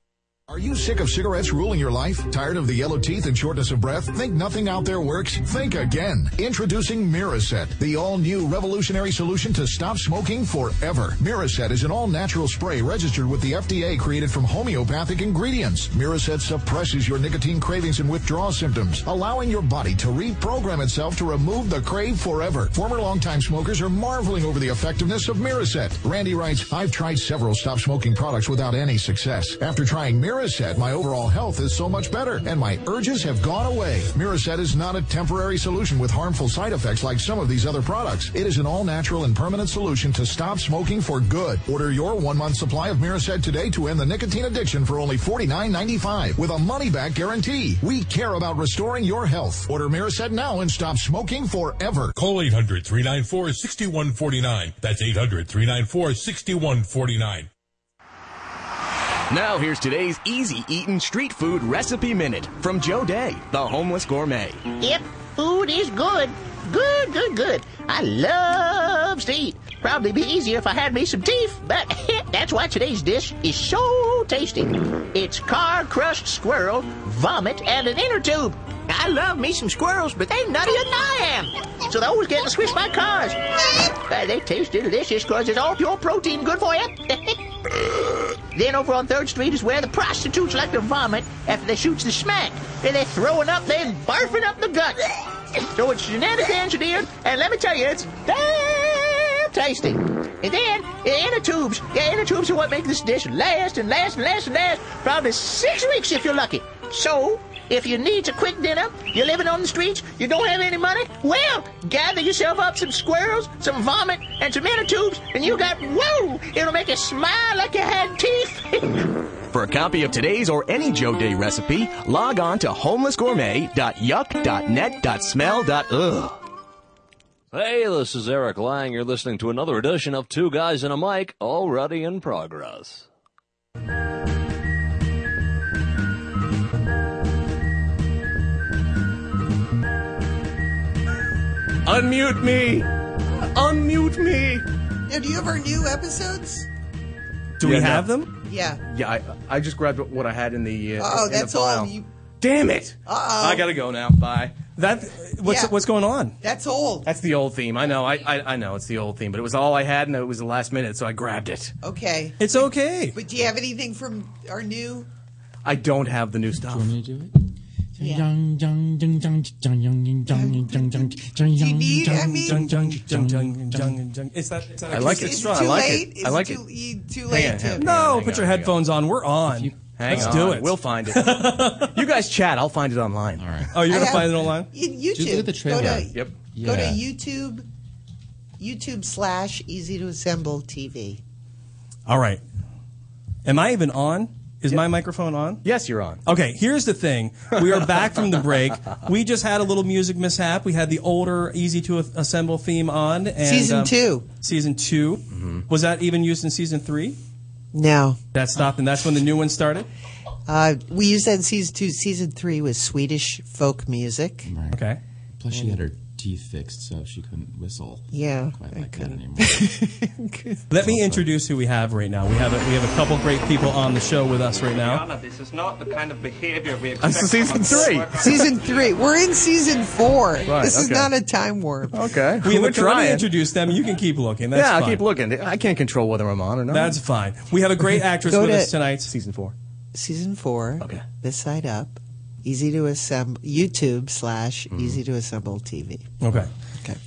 S14: Are you sick of cigarettes ruling your life? Tired of the yellow teeth and shortness of breath? Think nothing out there works? Think again. Introducing Miraset, the all-new revolutionary solution to stop smoking forever. Miraset is an all-natural spray registered with the FDA created from homeopathic ingredients. Miraset suppresses your nicotine cravings and withdrawal symptoms, allowing your body to reprogram itself to remove the crave forever. Former longtime smokers are marveling over the effectiveness of Miraset. Randy writes, I've tried several stop smoking products without any success. After trying Miraset, my overall health is so much better and my urges have gone away. Miraset is not a temporary solution with harmful side effects like some of these other products. It is an all natural and permanent solution to stop smoking for good. Order your one month supply of Miraset today to end the nicotine addiction for only $49.95 with a money back guarantee. We care about restoring your health. Order Miraset now and stop smoking forever.
S15: Call 800 394 6149. That's 800 394 6149.
S6: Now here's today's easy eating street food recipe minute from Joe Day, the homeless gourmet.
S16: Yep, food is good. Good, good, good. I loves to eat. Probably be easier if I had me some teeth, but that's why today's dish is so tasty. It's car crushed squirrel, vomit, and an inner tube. I love me some squirrels, but they nuttier than I am. So they always getting squished by cars. But they taste delicious because it's all pure protein good for you. Then over on 3rd Street is where the prostitutes like to vomit after they shoots the smack. And they're throwing up, they're barfing up the guts. So it's genetically engineered, and let me tell you, it's damn tasty. And then, the inner tubes. The inner tubes are what make this dish last and last and last and last, probably six weeks if you're lucky. So, if you need a quick dinner, you're living on the streets, you don't have any money, well, gather yourself up some squirrels, some vomit, and some inner tubes, and you got, whoa, it'll make you smile like you had teeth.
S2: For a copy of today's or any Joe Day recipe, log on to homelessgourmet.yuck.net.smell.ugh.
S17: Hey, this is Eric Lang. You're listening to another edition of Two Guys and a Mic, already in progress.
S6: Unmute me. Unmute me.
S18: Now, do you ever new episodes?
S1: Do
S6: Yeah,
S1: we have
S6: no.
S1: them?
S18: Yeah.
S6: Yeah, I, I just grabbed what I had in the. Uh,
S18: Oh,
S6: in
S18: that's
S6: the
S18: all
S6: file.
S18: you-
S6: Damn it!
S18: Uh-oh.
S6: I gotta go now. Bye.
S1: That what's
S18: Yeah.
S1: what's going on?
S18: That's old.
S6: That's the old theme. I know. I, I I know it's the old theme, but it was all I had, and it was the last minute, so I grabbed it.
S18: Okay.
S1: It's okay.
S18: But do you have anything from our new?
S6: I don't have the new stuff. Do
S18: need- I mean-
S1: It's that. It's that
S6: I like it.
S1: acoustic
S6: It's too
S1: I like
S6: late?
S1: it.
S6: Is
S1: I
S6: it
S1: like
S6: too-
S1: it.
S18: you too
S6: Hang
S18: late
S6: on, hang
S18: to.
S6: on.
S1: No,
S6: hang
S1: put your
S6: on, hang
S1: headphones on. We're on.
S6: Hang
S1: Let's
S6: on.
S1: do it.
S6: We'll find it. you guys chat. I'll find it online. All right.
S1: Oh, you're
S18: I
S1: gonna
S18: have-
S1: find it online?
S18: You- YouTube.
S6: Just look at the trailer.
S18: Go to,
S6: Yeah. Yep.
S18: Go to
S6: Yeah.
S18: YouTube. YouTube slash Easy to Assemble TV.
S1: All right. Am I even on? Is my microphone on?
S6: Yes, you're on.
S1: Okay, here's the thing. We are back from the break. We just had a little music mishap. We had the older Easy to Assemble theme on. And, um,
S18: Season two.
S1: Season 2
S6: Mm-hmm.
S1: Was that even used in season three?
S18: No.
S1: That stopped, and that's when the new one started?
S18: Uh, we used that in season two. Season three was Swedish folk music.
S1: Okay.
S19: Plus, she had her teeth fixed, so she couldn't whistle.
S18: Yeah,
S19: quite
S18: I
S19: like that
S18: couldn't.
S19: anymore.
S1: Let me introduce who we have right now. We have a, we have a couple great people on the show with us right now.
S20: This is not the kind of behavior we
S1: That's season three.
S18: season three. We're in season four.
S1: Right,
S18: this is
S1: okay.
S18: not a time warp.
S6: Okay.
S1: We have a, let me introduce them. You can keep looking. That's
S6: yeah, I'll
S1: fine.
S6: keep looking. I can't control whether I'm on or not.
S1: That's fine. We have a great actress
S18: Go
S1: with
S18: to-
S1: us tonight.
S6: Season four.
S18: Season four. Okay. This side up. Easy to assemble. YouTube slash Easy to Assemble TV.
S1: Okay.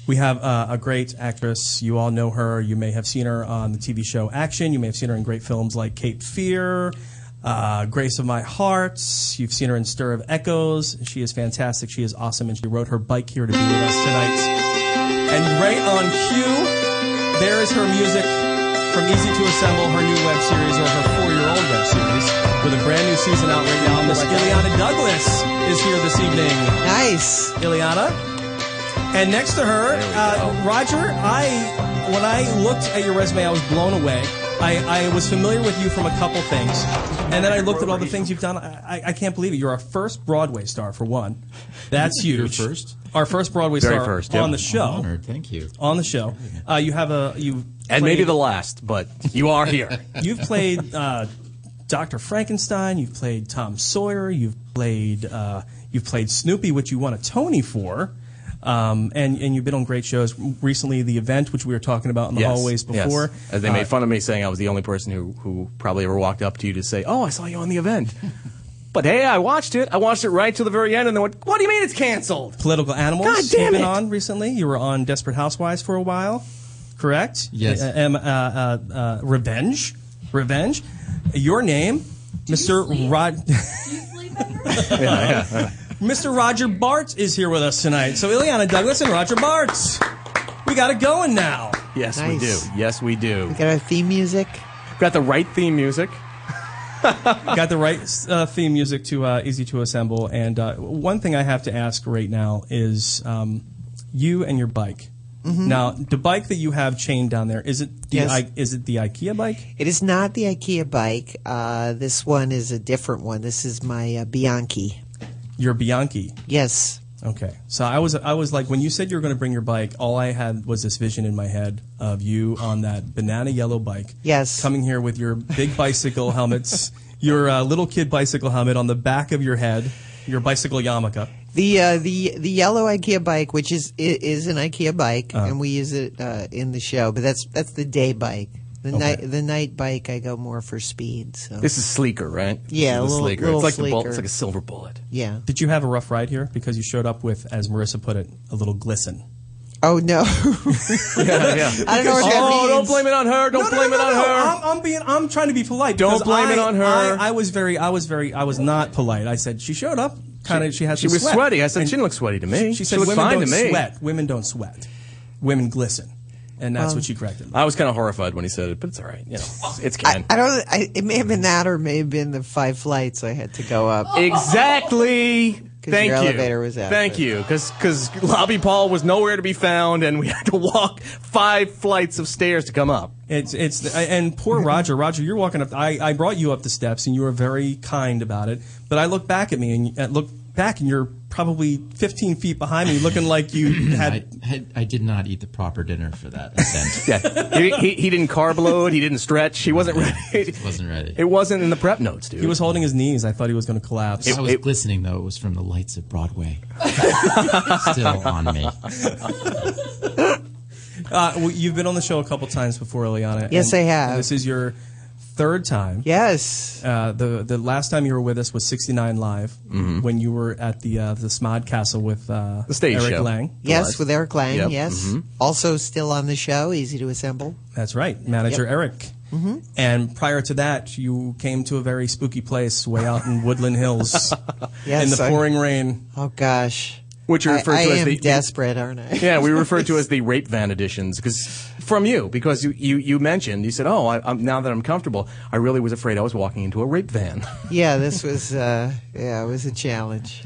S1: We have uh, a great actress. You all know her. You may have seen her on the TV show Action. You may have seen her in great films like Cape Fear, uh, Grace of My Heart. You've seen her in Stir of Echoes. She is fantastic. She is awesome. And she rode her bike here to be with us tonight. And right on cue, there is her music from Easy to Assemble, her new web series, or her four year old web series, with a brand new season out right now. Miss Ileana Douglas is here this evening.
S18: Nice.
S1: Ileana. And next to her, uh, Roger, I when I looked at your resume, I was blown away. I, I was familiar with you from a couple things, and then I looked at all the things you've done. I, I- I can't believe it. You're our first Broadway star for one. That's
S19: Your
S1: huge.
S19: first?
S1: Our first Broadway
S6: Very
S1: star
S6: first, yep.
S1: on the show.
S6: I'm honored.
S19: Thank you.
S1: On the show, uh, you have a you
S6: And maybe the last, but you are here.
S1: You've played uh, Doctor Frankenstein. You've played Tom Sawyer. You've played uh, you've played Snoopy, which you won a Tony for. Um, and, and you've been on great shows recently. The event, which we were talking about in the
S6: Yes,
S1: hallways
S6: yes.
S1: before,
S6: As they
S1: Uh,
S6: made fun of me saying I was the only person who, who probably ever walked up to you to say, Oh, I saw you on the event. but hey, I watched it. I watched it right to the very end and then went, What do you mean it's canceled?
S1: Political Animals.
S6: God damn
S1: you've been
S6: it.
S1: on recently. You were on Desperate Housewives for a while, correct?
S19: Yes.
S1: Uh, um, uh, uh, uh, Revenge. Revenge. Your name, Mr. Rod.
S6: Yeah,
S1: Mr. Roger Bart is here with us tonight. So Ileana Douglas and Roger Bart. We got it going now.
S6: Yes, we do.
S1: Nice.
S6: Yes, we do.
S18: Got our theme music.
S6: Got the right theme music.
S1: got the right uh, theme music to uh, Easy to Assemble. And uh, one thing I have to ask right now is um, you and your bike.
S18: Mhm.
S1: Now, the bike that you have chained down there is it the
S18: Yes.
S1: I- is it the IKEA bike?
S18: It is not the IKEA bike. Uh, this one is a different one. This is my uh, Bianchi.
S1: Your Bianchi.
S18: Yes.
S1: Okay. So I was I was like when you said you were going to bring your bike, all I had was this vision in my head of you on that banana yellow bike.
S18: Yes.
S1: Coming here with your big bicycle helmets, your uh, little kid bicycle helmet on the back of your head, your bicycle yarmulke.
S18: The uh, the the yellow IKEA bike, which is i- is an IKEA bike,
S1: Uh.
S18: and we use it uh, in the show. But that's that's the day bike. The
S6: Okay.
S18: night the night bike, I go more for speed. So
S6: This is sleeker, right? This
S18: Yeah, a
S6: is the
S18: little-
S6: sleeker.
S18: little
S6: it's like The bull-
S18: sleeker.
S6: it's like a silver bullet.
S18: Yeah.
S1: Did you have a rough ride here because you showed up with, as Marissa put it, a little glisten?
S18: Oh no.
S6: yeah, yeah.
S18: I don't know what that
S6: oh,
S18: means.
S6: don't blame it on her. Don't
S1: No, no,
S6: blame
S1: no,
S6: it
S1: no,
S6: on
S1: no.
S6: her.
S1: I'm, I'm being. I'm trying to be polite.
S6: Don't
S1: because
S6: blame
S1: I-
S6: it on her.
S1: I, I was very. I was very. I was not polite. I said she showed up. Kind of. She, had.
S6: she
S1: some
S6: was
S1: sweat.
S6: sweaty. I said,
S1: And
S6: "She didn't look sweaty to me.
S1: She,
S6: She
S1: said
S6: looked
S1: women
S6: fine
S1: don't
S6: to me."
S1: sweat. Women don't sweat. Women glisten, and that's
S18: Well.
S6: Um,
S1: what she corrected.
S6: I was kind of horrified when he said it, but it's all right. You know, it's
S18: I,
S6: Ken.
S18: I don't. I, it may have been that, or it may have been the five flights I had to go up.
S1: Oh.
S6: exactly.
S18: 'Cause
S6: Thank
S18: your
S6: you.
S18: elevator was out.
S6: Thank you, because Lobby Paul was nowhere to be found, and we had to walk five flights of stairs to come up.
S1: It's it's and poor Roger. Roger, you're walking up. I, I brought you up the steps, and you were very kind about it. But I look back at me and uh, look back, and you're probably 15 feet behind me, looking like you had.
S19: I, had- I did not eat the proper dinner for that event.
S6: yeah, he, he, he didn't carb load. He didn't stretch. He wasn't ready.
S19: wasn't ready.
S6: It wasn't in the prep notes, dude.
S1: He was holding his knees. I thought he was going to collapse.
S19: I was glistening though. It was from the lights of Broadway. Still on me.
S1: Uh, well, you've been on the show a couple times before, Eliana.
S18: Yes,
S1: and
S18: I have.
S1: This is your third time.
S18: Yes.
S1: Uh, the the last time you were with us was 69 Live
S6: Mhm.
S1: when you were at the uh, the Smod Castle with uh,
S6: The stage
S1: Eric
S6: show.
S1: Lang.
S18: Yes, with Eric Lang.
S1: Yep.
S18: Yes.
S1: Mhm.
S18: Also still on the show. Easy to assemble.
S1: That's right, manager
S18: Yep.
S1: Eric.
S18: hmm
S1: And prior to that, you came to a very spooky place way out in Woodland Hills
S18: Yes,
S1: in the
S18: I-
S1: pouring rain.
S18: Oh gosh.
S6: Which you
S18: I-
S6: refer
S18: I
S6: to as
S18: am
S6: the E-
S18: desperate, aren't I?
S6: yeah, we refer to as the rape van editions because from you because you, you, you mentioned you said oh I, I'm, now that I'm comfortable I really was afraid I was walking into a rape van.
S18: yeah, this was uh, yeah, it was a challenge.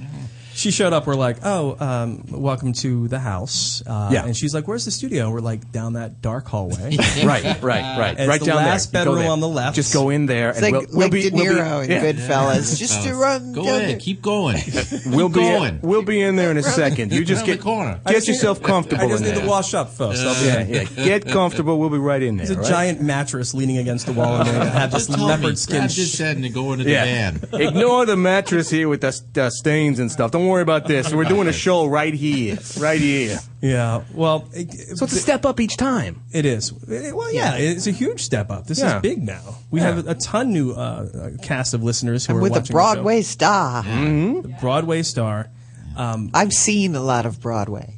S1: She showed up. We're like, oh, um, welcome to the house. Uh,
S6: Yeah.
S1: And she's like, where's the studio? We're like, down that dark hallway.
S6: right, right, right,
S1: And
S6: right
S1: it's
S6: down
S1: the last
S6: there. You go
S1: bedroom
S6: there.
S1: on the left.
S6: Just go in there.
S1: It's
S6: and
S1: like-
S6: we'll, we'll
S1: like
S6: be,
S1: De Niro
S6: we'll be,
S1: in Goodfellas.
S18: Just to run
S19: Go
S18: down
S19: ahead.
S18: there.
S19: Keep going.
S6: We'll
S19: Keep
S6: be
S19: going.
S6: we'll be in there in a second. You just
S19: Around the
S6: get
S19: corner.
S1: I
S6: get
S1: just need-
S6: yourself comfortable.
S1: I just
S6: in
S1: need
S6: there.
S1: to wash up first. I'll be
S6: yeah,
S1: there.
S6: yeah. Get comfortable. We'll be right in there.
S1: There's a
S6: right?
S1: giant mattress leaning against the wall, and they have this
S19: Just tell me,
S1: leopard skin.
S19: grab this end and go into the van.
S6: Ignore the mattress here with the st- uh, stains and stuff. Don't worry about this. We're doing a show right here, right here.
S1: Yeah. Well, it, so
S6: it's a step up each time.
S1: It is. It- well, yeah, it's a huge step up. This
S6: Yeah.
S1: is big now. We
S6: Yeah.
S1: have a, a ton new uh, uh, cast of listeners who
S18: I'm
S1: are
S18: with a
S1: watching
S18: Broadway star.
S1: The show. The Broadway star. Um,
S18: I've seen a lot of Broadway.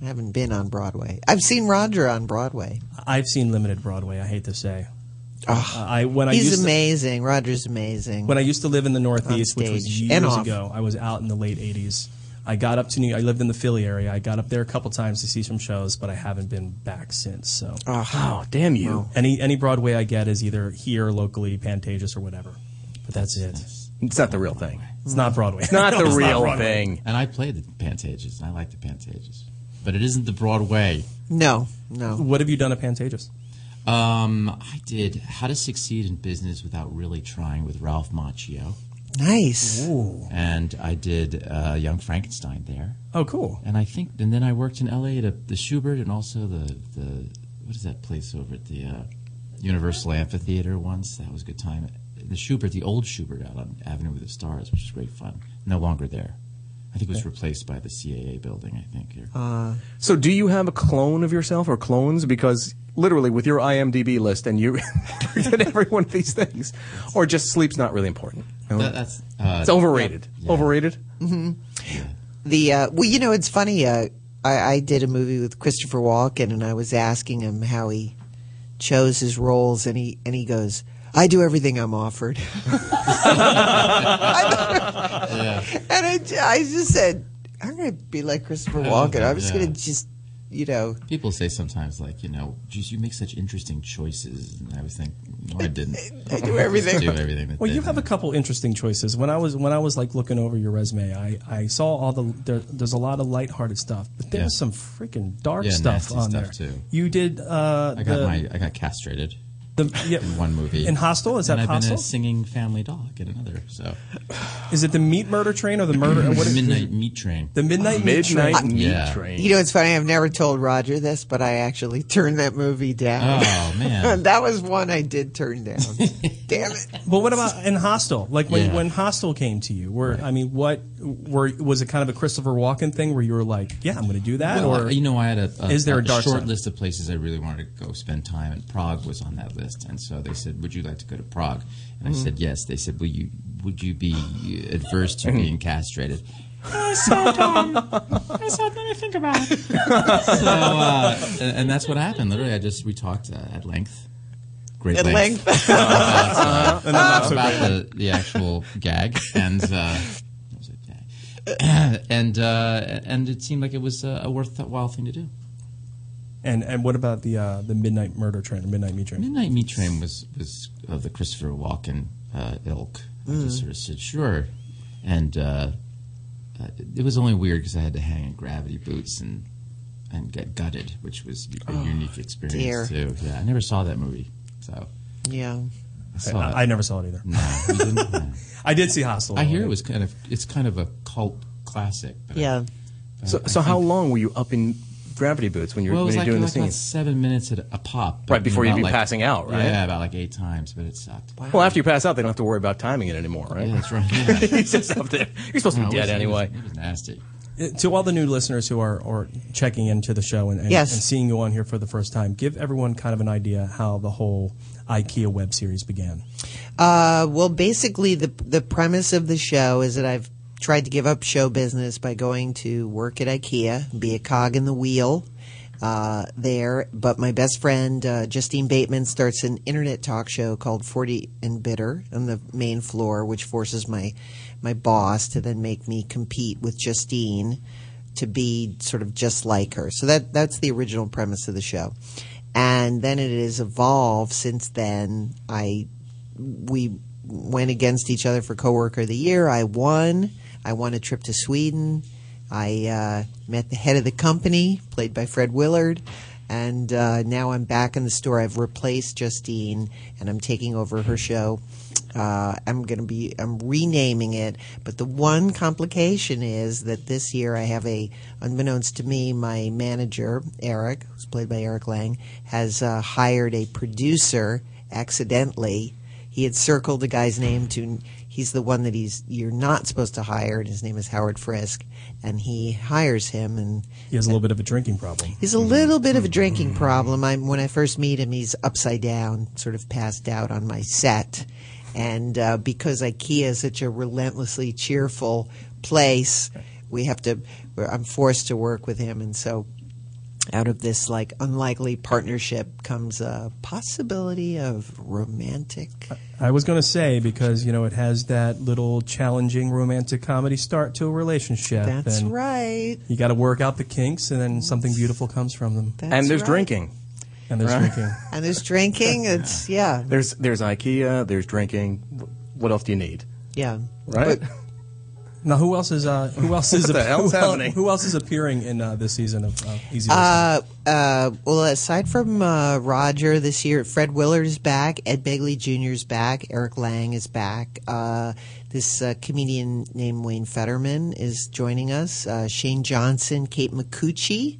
S18: I haven't been on Broadway. I've seen Roger on Broadway.
S1: I've seen limited Broadway. I hate to say. Uh, I when I
S18: He's
S1: used to,
S18: amazing. Roger's amazing.
S1: when I used to live in the Northeast, which was
S18: stage
S1: years
S18: and off.
S1: ago, I was out in the late '80s. I got up to New. I lived in the Philly area. I got up there a couple times to see some shows, but I haven't been back since. So,
S18: oh,
S6: damn you!
S1: any any Broadway I get is either here locally, Pantages or whatever. But that's it.
S6: It's not the real thing.
S1: It's not Broadway.
S6: It's not the
S1: It's
S6: real
S1: Broadway.
S6: thing.
S19: And I play the Pantages, and I like the Pantages, but it isn't the Broadway.
S18: No, no.
S1: What have you done at Pantages?
S19: Um, I did How to Succeed in Business Without Really Trying with Ralph Macchio,
S18: Nice.
S19: and I did uh, Young Frankenstein there.
S1: Oh, cool.
S19: And I think, and then I worked in L.A. at a, the Schubert and also the the what is that place over at the uh, Universal Amphitheater once. That was a good time. The Schubert, the old Schubert out on Avenue of the Stars, which was great fun. No longer there. I think it was replaced by the CAA building. I think here.
S6: So, do you have a clone of yourself or clones? Because literally, with your IMDb list, and you you did every one of these things, or just sleep's not really important. No?
S19: That- that's, uh,
S6: it's overrated.
S19: yeah.
S6: Overrated.
S18: hmm The uh, well, you know, it's funny. Uh, I, I did a movie with Christopher Walken, and I was asking him how he chose his roles, and he and he goes, "I do everything I'm offered." And I, ju- I just said, "I'm going to be like Christopher Walken. I'm just
S19: Yeah.
S18: going to just, you know."
S19: People say sometimes, like, you know, geez, you make such interesting choices. And I was thinking, no, I didn't.
S18: I do everything.
S19: do everything. That
S1: Well,
S19: they
S1: you have a couple interesting choices. When I was when I was like looking over your resume, I, I saw all the there, there's a lot of lighthearted stuff, but there
S19: Yeah.
S1: was some freaking dark
S19: Yeah,
S1: stuff
S19: nasty
S1: on
S19: stuff,
S1: there
S19: too.
S1: You did uh,
S19: I got
S1: the,
S19: my, I got castrated.
S1: The, yeah.
S19: in one movie.
S1: In Hostel? Is that
S19: and I've
S1: Hostel?
S19: been a singing family dog in another. So
S1: Is it the meat murder train or the murder? what is-
S19: Midnight Meat Train.
S1: The midnight,
S18: I-
S1: meat train.
S18: You know, it's funny. I've never told Roger this, but I actually turned that movie down.
S1: Oh, man.
S18: that was one I did turn down. Damn it!
S1: But what about in Hostel? Like when,
S18: Yeah.
S1: when Hostel came to you, where I mean, what were was it kind of a Christopher Walken thing where you were like, yeah, I'm going to do that,
S19: Well,
S1: or
S19: you know, I uh, had a, a
S1: is there a, dark
S19: short
S1: side?
S19: list of places I really wanted to go spend time, and Prague was on that list. And so they said, "Would you like to go to Prague?" And I
S18: Mm-hmm.
S1: Mhm.
S19: said, "Yes." They said, "Will you? Would you be adverse to
S18: Mm-hmm.
S19: being castrated?"
S13: That's so dumb. That's not let me think about it.
S19: So, uh, and, and that's what happened. Literally, I just we talked uh, at length. Great
S18: At
S19: length.
S18: length.
S19: About, uh,
S18: And then not so
S19: about
S18: great.
S19: the, the actual gag and. Uh, what was it? Gag. and uh, and it seemed like it was uh, a worthwhile thing to do.
S1: And and what about the uh, the midnight murder train or midnight meat train?
S19: Midnight Meat Train was was of the Christopher Walken uh, ilk. I
S1: Mm.
S19: just sort of said sure, and uh, uh, it was only weird because I had to hang in gravity boots and and get gutted, which was a
S18: Oh,
S19: unique experience
S18: dear.
S19: too. Yeah, I never saw that movie, so
S18: Yeah.
S19: I saw
S1: I-
S19: it.
S1: I never saw it either.
S19: No, you didn't? No.
S1: I did see Hostel.
S19: I hear it was kind of it's kind of a cult classic. But I- but
S6: So,
S19: I
S6: so how
S19: think-
S6: long were you up in gravity boots when you were,
S19: well, it
S6: when
S19: was
S6: you're
S19: like,
S6: doing
S19: like
S6: the
S19: about
S6: scene?
S19: seven minutes at a pop, but
S6: Right before you'd
S19: about
S6: be
S19: like-
S6: passing out, right?
S19: Yeah, about like eight times, but it sucked.
S6: Well, after you pass out, they don't have to worry about timing it anymore, right?
S19: Yeah, that's right.
S6: He's just up there. You're supposed to
S19: No,
S6: be
S19: it
S6: dead
S19: was- it was-
S6: anyway.
S19: It was nasty.
S1: to all the new listeners who are, are checking into the show and, and,
S18: Yes.
S1: and seeing you on here for the first time, give everyone kind of an idea how the whole IKEA web series began.
S18: Uh, well, basically, the the premise of the show is that I've tried to give up show business by going to work at IKEA, be a cog in the wheel uh, there. But my best friend uh, Justine Bateman starts an internet talk show called Forty and Bitter on the main floor, which forces my my boss to then make me compete with Justine to be sort of just like her. So that that's the original premise of the show. And then it has evolved since then. I we went against each other for coworker of the year. I won. I won a trip to Sweden. I uh, met the head of the company, played by Fred Willard, and uh, now I'm back in the store. I've replaced Justine, and I'm taking over her show. Uh, I'm going to be I'm renaming it, but the one complication is that this year I have a unbeknownst to me, my manager Eric, who's played by Eric Lang, has uh, hired a producer accidentally he had circled the guy's name to he's the one that he's you're not supposed to hire and his name is howard frisk and he hires him and
S1: He has a little bit of a drinking problem.
S18: he's a
S19: Mm-hmm.
S18: little bit of a drinking problem i'm when i first meet him he's upside down sort of passed out on my set and uh, because ikea is such a relentlessly cheerful place we have to i'm forced to work with him and so out of this like unlikely partnership comes a possibility of romantic
S1: I was going to say because you know it has that little challenging romantic comedy start to a relationship.
S18: That's
S1: and
S18: right.
S1: You got to work out the kinks, and then something beautiful comes from them.
S18: That's And there's right.
S6: drinking.
S1: And there's
S6: Right.
S1: drinking.
S18: And there's drinking. It's yeah,
S6: There's there's IKEA. There's drinking. What else do you need?
S18: yeah.
S6: Right.
S1: Now, who else is uh, who else is
S6: What the hell's
S1: who, el-
S6: happening?
S1: who else is appearing in uh, this season of uh, Easy?
S18: Uh, uh, well, aside from uh, Roger this year, Fred Willard is back. Ed Begley Jr. is back. Eric Lang is back. Uh, this uh, comedian named Wayne Fetterman is joining us. Uh, Shane Johnson, Kate McCucci,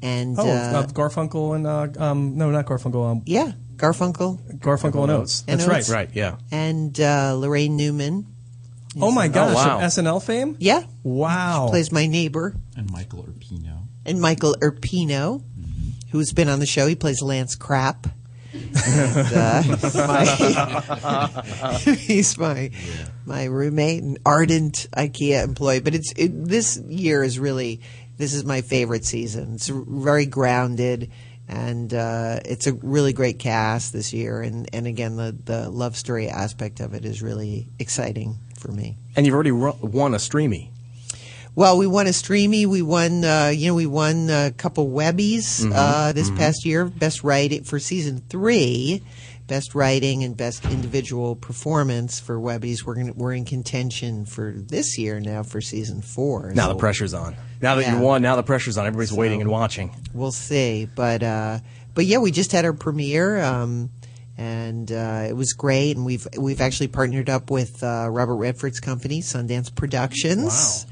S18: and
S1: oh, uh,
S18: uh,
S1: Garfunkel and uh, um, no, not Garfunkel. Um,
S18: yeah, Garfunkel.
S1: Garfunkel and Oates.
S18: And
S1: That's
S18: Oates.
S1: right.
S6: Yeah.
S18: and uh, Lorraine Newman.
S1: Oh my
S18: Is-
S1: gosh! of SNL fame.
S18: Yeah.
S1: Wow.
S18: She plays my neighbor.
S19: And Michael Erpino.
S18: and Michael Erpino, who's been on the show. He plays Lance Crap. And, uh, my- he's my my roommate and ardent IKEA employee. But it's it, this year is really this is my favorite season. It's very grounded. And uh, it's a really great cast this year, and, and again the, the love story aspect of it is really exciting for me.
S6: And you've already ru- won a streamy.
S18: Well, we won a Streamy. We won, uh, you know, we won a couple Webbies uh,
S6: Mhm,
S18: this
S6: mhm.
S18: past year. Best writing for season three, best writing and best individual performance for Webbies. We're gonna, we're in contention for this year now for season four.
S6: Now
S18: So
S6: the pressure's on. Now that
S18: Yeah.
S6: you won, now the pressure's on. Everybody's waiting and watching.
S18: We'll see, but uh, but yeah, we just had our premiere. Um, and uh, it was great. And we've we've actually partnered up with uh, Robert Redford's company, Sundance Productions.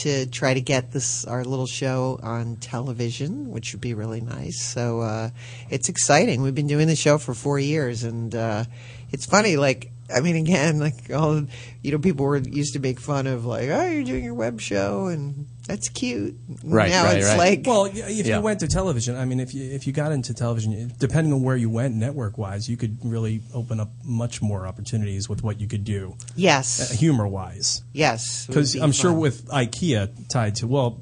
S18: To try to get this our little show on television, which would be really nice. So uh, it's exciting. We've been doing the show for four years, and uh, it's funny. Like I mean, again, like all you know, people were used to make fun of like, oh, you're doing your web show, and that's cute. now it's like
S1: well, yeah, if you went to television, I mean, if you if you got into television, it- depending on where you went network wise, you could really open up much more opportunities with what you could do.
S18: Yes.
S1: humor wise.
S18: Yes, it would
S1: because
S18: be
S1: I'm sure
S18: fun.
S1: with IKEA tied to well,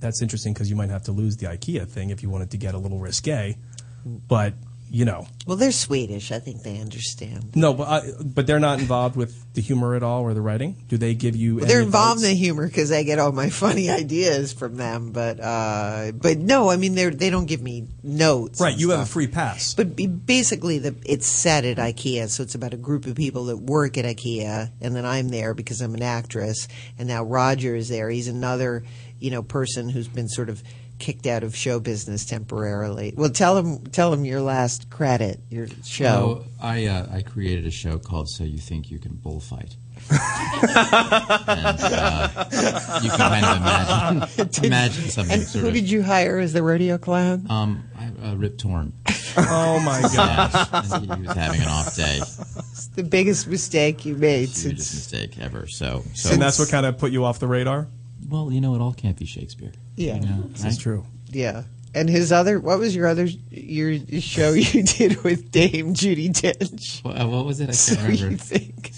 S1: that's interesting because you might have to lose the IKEA thing if you wanted to get a little risque, but you know.
S18: Well, they're Swedish. I think they understand.
S1: No, but I, but they're not involved with the humor at all or the writing. Do they give you?
S18: Well, they're
S1: any
S18: involved in the humor because I get all my funny ideas from them. But uh, but no, I mean they they don't give me notes.
S1: Right,
S18: and
S1: you have a
S18: stuff.
S1: free pass.
S18: But be- basically, the it's set at IKEA, so it's about a group of people that work at IKEA, and then I'm there because I'm an actress, and now Roger is there. He's another you know person who's been sort of kicked out of show business temporarily. Well, tell him tell him your last credit, your show.
S19: Oh, I uh, I created a show called So You Think You Can Bullfight. and, uh, you can kind of imagine,
S18: Did-
S19: imagine something.
S18: And
S19: sort
S18: who
S19: of,
S18: did you hire as the rodeo clown?
S19: Um, I, uh, Rip Torn.
S1: Oh my
S19: gosh!
S18: gosh.
S19: he was having an off day.
S18: It's the biggest mistake you made
S19: Hugest
S18: since
S19: mistake ever. So, so
S1: and that's what kind of put you off the radar.
S19: Well, you know, it all can't be Shakespeare.
S18: Yeah.
S19: you know,
S18: This
S1: is
S19: right?
S1: true.
S18: yeah. And his other what was your other your show you did with Dame Judy Dench?
S19: What, uh, what was it? I can't
S18: so You
S19: remember.
S18: think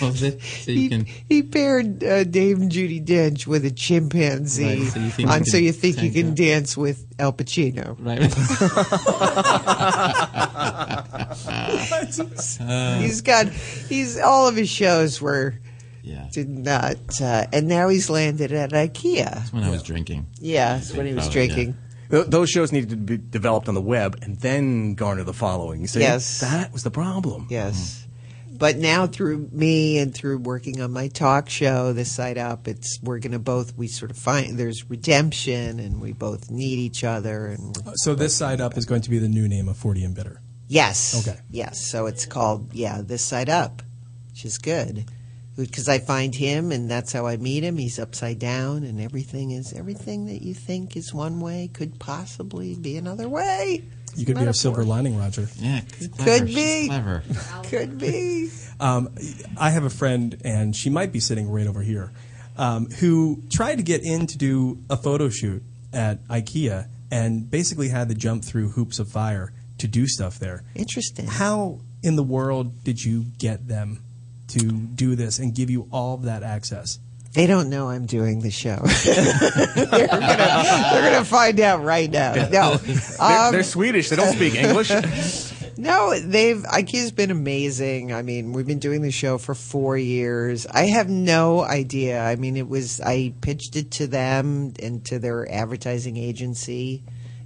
S19: What was it? So you
S18: he,
S19: can.
S18: he paired uh, Dame Judy Dench with a chimpanzee
S19: Right, so you think
S18: on
S19: you
S18: So
S19: can
S18: You Think You
S19: tango.
S18: Can Dance with Al Pacino.
S19: Uh,
S18: he's got he's all of his shows were
S19: Yeah.
S18: did not uh, and now he's landed at IKEA.
S19: That's when I was drinking.
S18: Yeah, that's when he was
S6: Probably,
S18: drinking.
S6: Th- Those shows needed to be developed on the web and then garner the following. See?
S18: Yes.
S6: That was the problem.
S18: Yes. But now through me and through working on my talk show, this side up, it's we're gonna both we sort of find there's redemption and we both need each other and we're-
S1: So this side up is going to be the new name of Forty and Bitter.
S18: yes,
S1: Okay.
S18: yes. So it's called yeah, this side up, which is good because I find him and that's how I meet him. He's upside down and everything is everything that you think is one way could possibly be another way.
S1: You could be our silver lining, Roger.
S19: Yeah,
S18: clever. Could She's be.
S19: clever.
S18: Could be.
S1: Um, I have a friend, and she might be sitting right over here, um, who tried to get in to do a photo shoot at IKEA, and basically had to jump through hoops of fire to do stuff there.
S18: Interesting.
S1: How in the world did you get them to do this and give you all of that access?
S18: They don't know I'm doing the show. they're gonna they're gonna find out right now. No,
S6: Oh,
S18: um,
S6: They're, they're Swedish. They don't speak English.
S18: no, they've IKEA's been amazing. I mean, we've been doing the show for four years. I have no idea. I mean, it was I pitched it to them and to their advertising agency,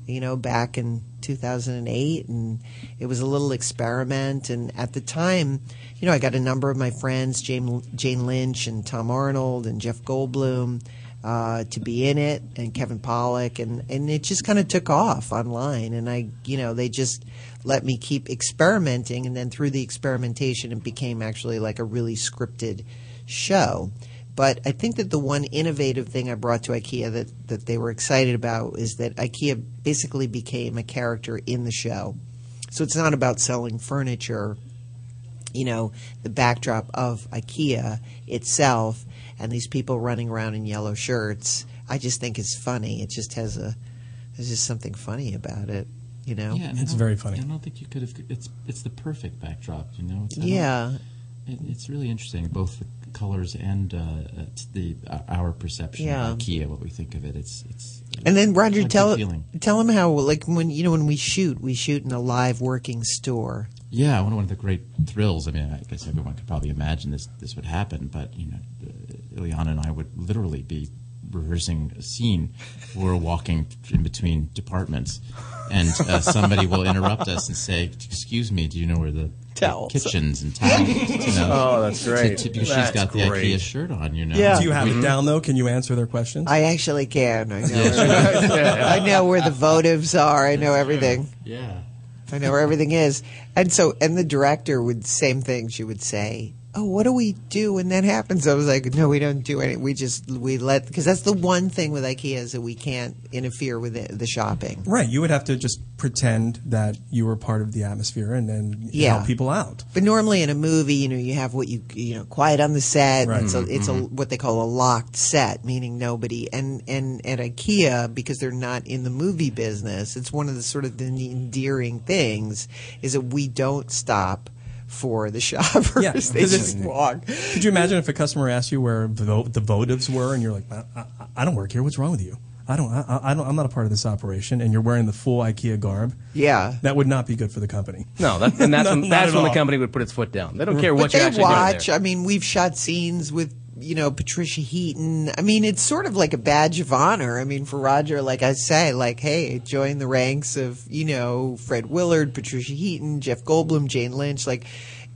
S18: you know, back in 2008, and it was a little experiment. And at the time, you know, I got a number of my friends, Jane, Jane Lynch and Tom Arnold and Jeff Goldblum uh, to be in it and Kevin Pollock and, and it just kind of took off online and I you know they just let me keep experimenting and then through the experimentation it became actually like a really scripted show but I think that the one innovative thing I brought to IKEA that, that they were excited about is that IKEA basically became a character in the show. So it's not about selling furniture you know, the backdrop of IKEA itself and these people running around in yellow shirts, I just think is funny. It just has a there's just something funny about it, you know.
S19: Yeah, and I don't- I don't think you could have. It's it's the perfect backdrop, you know. It's, I don't-
S18: Yeah.
S19: it, it's really interesting, both the colors and uh, uh, t- the uh, our perception
S18: Yeah.
S19: of IKEA, what we think of it. It's it's.
S18: And then Roger,
S19: it's a
S18: tell
S19: good feeling.
S18: tell him how like when you know when we shoot, we shoot in a live working store.
S19: Yeah, one of the great thrills. I mean, I guess everyone could probably imagine this this would happen, but you know, uh, Ileana and I would literally be rehearsing a scene. We're walking in between departments, and uh, somebody will interrupt us and say, "Excuse me, do you know where the
S18: Towels.
S19: kitchens and towels?" You know,
S6: Oh, that's
S19: to-
S6: great.
S19: to- because
S6: That's
S19: she's got
S6: great.
S19: the IKEA shirt on. You know,
S18: Yeah.
S1: Do you have
S19: We-
S1: it down though? Can you answer their questions?
S18: I actually can. I know.
S19: Yeah, sure.
S18: I know where the votives are. I know everything.
S19: Yeah.
S18: I know where everything is. And so, and the director would same thing. She would say, "Oh, what do we do when that happens?" I was like, "No, we don't do any. We just we let because that's the one thing with IKEA is that we can't interfere with the, the shopping."
S1: Right, you would have to just pretend that you were part of the atmosphere and then
S18: Yeah.
S1: help people out.
S18: But normally in a movie, you know, you have what you you know, quiet on the set.
S1: Right.
S18: It's a, it's a
S1: Mhm.
S18: what they call a locked set, meaning nobody. And and at IKEA, because they're not in the movie business, it's one of the sort of the endearing things is that we don't stop for the shoppers.
S1: Yeah,
S18: they just walk.
S1: Could you imagine if a customer asked you where vo- the votives were, and you're like, I, I, I don't work here. What's wrong with you? I don't. I, I don't. I'm not a part of this operation. And you're wearing the full IKEA garb.
S18: Yeah.
S1: that would not be good for the company.
S6: No, that, and that's
S1: Not-
S6: when,
S1: not
S6: that's
S1: at
S6: when the
S1: all.
S6: company would put its foot down. They don't care
S18: but
S6: what
S18: they
S6: you actually
S18: watch.
S6: do
S18: I mean, we've shot scenes with you know Patricia Heaton. I mean, it's sort of like a badge of honor. I mean, for Roger, like I say, like hey, join the ranks of you know Fred Willard, Patricia Heaton, Jeff Goldblum, Jane Lynch, like.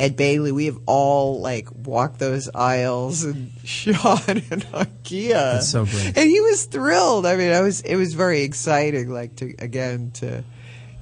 S18: Ed Bailey, we have all like walked those aisles and shot in IKEA.
S1: That's so great.
S18: And he was thrilled. I mean, I was. It was very exciting. Like to again to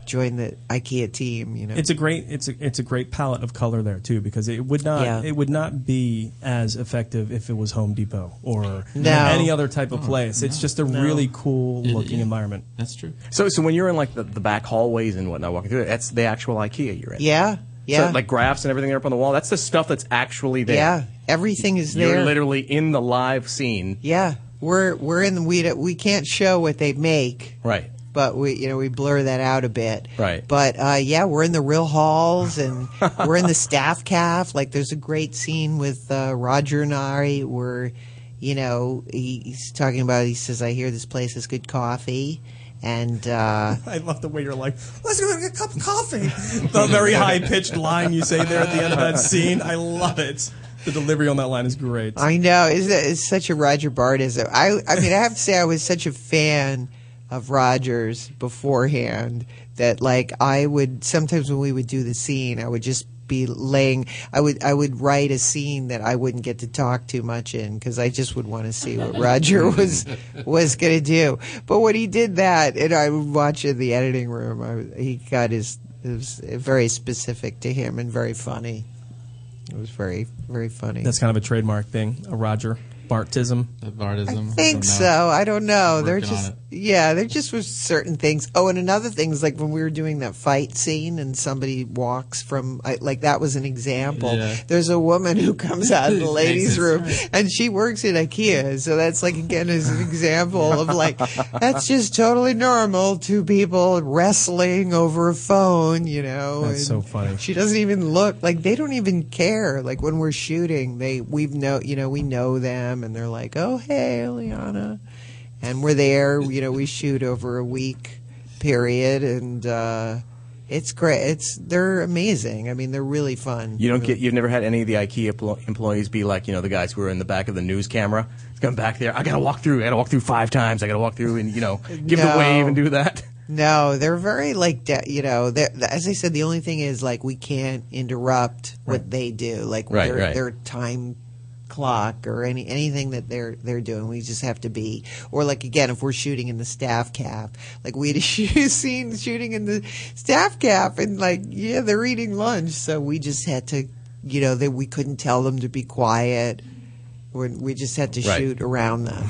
S18: join the IKEA team. You know,
S1: It's a great. It's a. It's a great palette of color there too, because it would not.
S18: Yeah.
S1: It would not be as effective if it was Home Depot or
S6: No.
S1: any other type of
S6: Oh,
S1: place. It's
S6: no.
S1: just a
S6: No.
S1: really cool looking environment.
S6: That's true. So, so when you're in like the, the back hallways and whatnot, walking through it, that's the actual IKEA you're in.
S18: Yeah, yeah.
S6: So, like graphs and everything are up on the wall. That's the stuff that's actually there.
S18: Yeah, everything is
S6: You're
S18: there.
S6: literally in the live scene.
S18: Yeah, we're we're in the we don't- we can't show what they make,
S6: Right.
S18: but we you know we blur that out a bit.
S6: Right.
S18: But uh, yeah, we're in the real halls and we're in the staff calf. Like there's a great scene with uh, Roger and Ari where, you know, he, he's talking about. He says, "I hear this place has good coffee," and. Uh,
S1: I love the way you're like, let's go get a cup of coffee. the very high pitched line you say there at the end of that scene. I love it. The delivery on that line is great.
S18: I know. It's, it's such a Roger Bardism. I, I mean, I have to say, I was such a fan of Rogers beforehand that, like, I would sometimes when we would do the scene, I would just be laying. I would I would write a scene that I wouldn't get to talk too much in because I just would want to see what Roger was was going to do. But when he did that, and I would watch in the editing room, I, was- he got his. It was very specific to him and very funny. It was very, very funny.
S1: That's kind of a trademark thing, a Roger Bartism.
S19: Bartism.
S18: think so. I don't know. There
S1: Working on
S18: just
S1: it.
S18: yeah, there just was certain things. Oh, and another thing is like when we were doing that fight scene and somebody walks from I, like that was an example.
S19: Yeah.
S18: There's a woman who comes out of the
S19: Makes
S18: ladies'
S19: it-
S18: room and she works at IKEA, so that's like again is an example of like that's just totally normal. Two people wrestling over a phone, you know.
S1: That's so
S18: and-
S1: funny.
S18: she doesn't even look like they don't even care. Like when we're shooting, they we've know you know we know them, and they're like, "Oh hey, Eliana," and we're there. You know, we shoot over a week period, and uh, it's great. It's they're amazing. I mean, they're really fun.
S6: You don't
S18: Really
S6: get. You've never had any of the IKEA emplo- employees be like, you know, the guys who are in the back of the news camera. Come back there. I gotta walk through. I gotta walk through five times. I gotta walk through and you know, give
S18: No.
S6: the wave and do that.
S18: No, they're very like de- you know. they're- As I said, the only thing is like we can't interrupt what they do, like
S6: Right,
S18: their,
S6: right.
S18: their time clock or any anything that they're they're doing. We just have to be. Or like again, if we're shooting in the staff calf, like we had a shoot, scene shooting in the staff calf, and like yeah, they're eating lunch, so we just had to, you know, that we couldn't tell them to be quiet. We're- We just had to
S1: Right.
S18: shoot around them.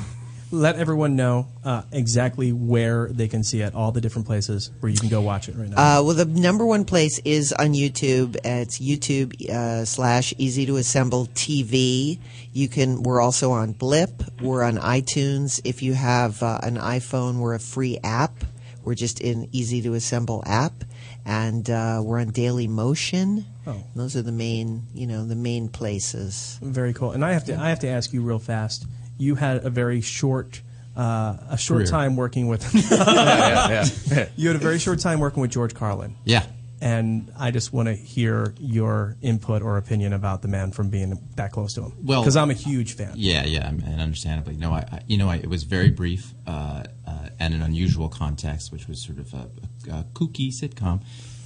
S1: Let everyone know uh, exactly where they can see it, all the different places where you can go watch it right now.
S18: Uh, well, the number one place is on YouTube. Uh, it's YouTube uh, slash Easy to Assemble TV. You can. We're also on Blip. We're on iTunes. If you have uh, an iPhone, we're a free app. We're just in Easy to Assemble app, and uh, we're on Daily Motion.
S1: Oh.
S18: Those are the main, you know, the main places.
S1: Very cool. And I have to I have to ask you real fast. You had a very short uh, a short
S19: Career.
S1: time working with
S19: yeah, yeah.
S1: You had a very short time working with George Carlin.
S19: Yeah.
S1: And I just want to hear your input or opinion about the man from being that close to him.
S19: Well-
S1: because I'm a huge fan.
S19: Yeah, yeah, and and understandably, no, I, I you know, I, it was very brief uh, uh, and an unusual context, which was sort of a, a, kooky sitcom,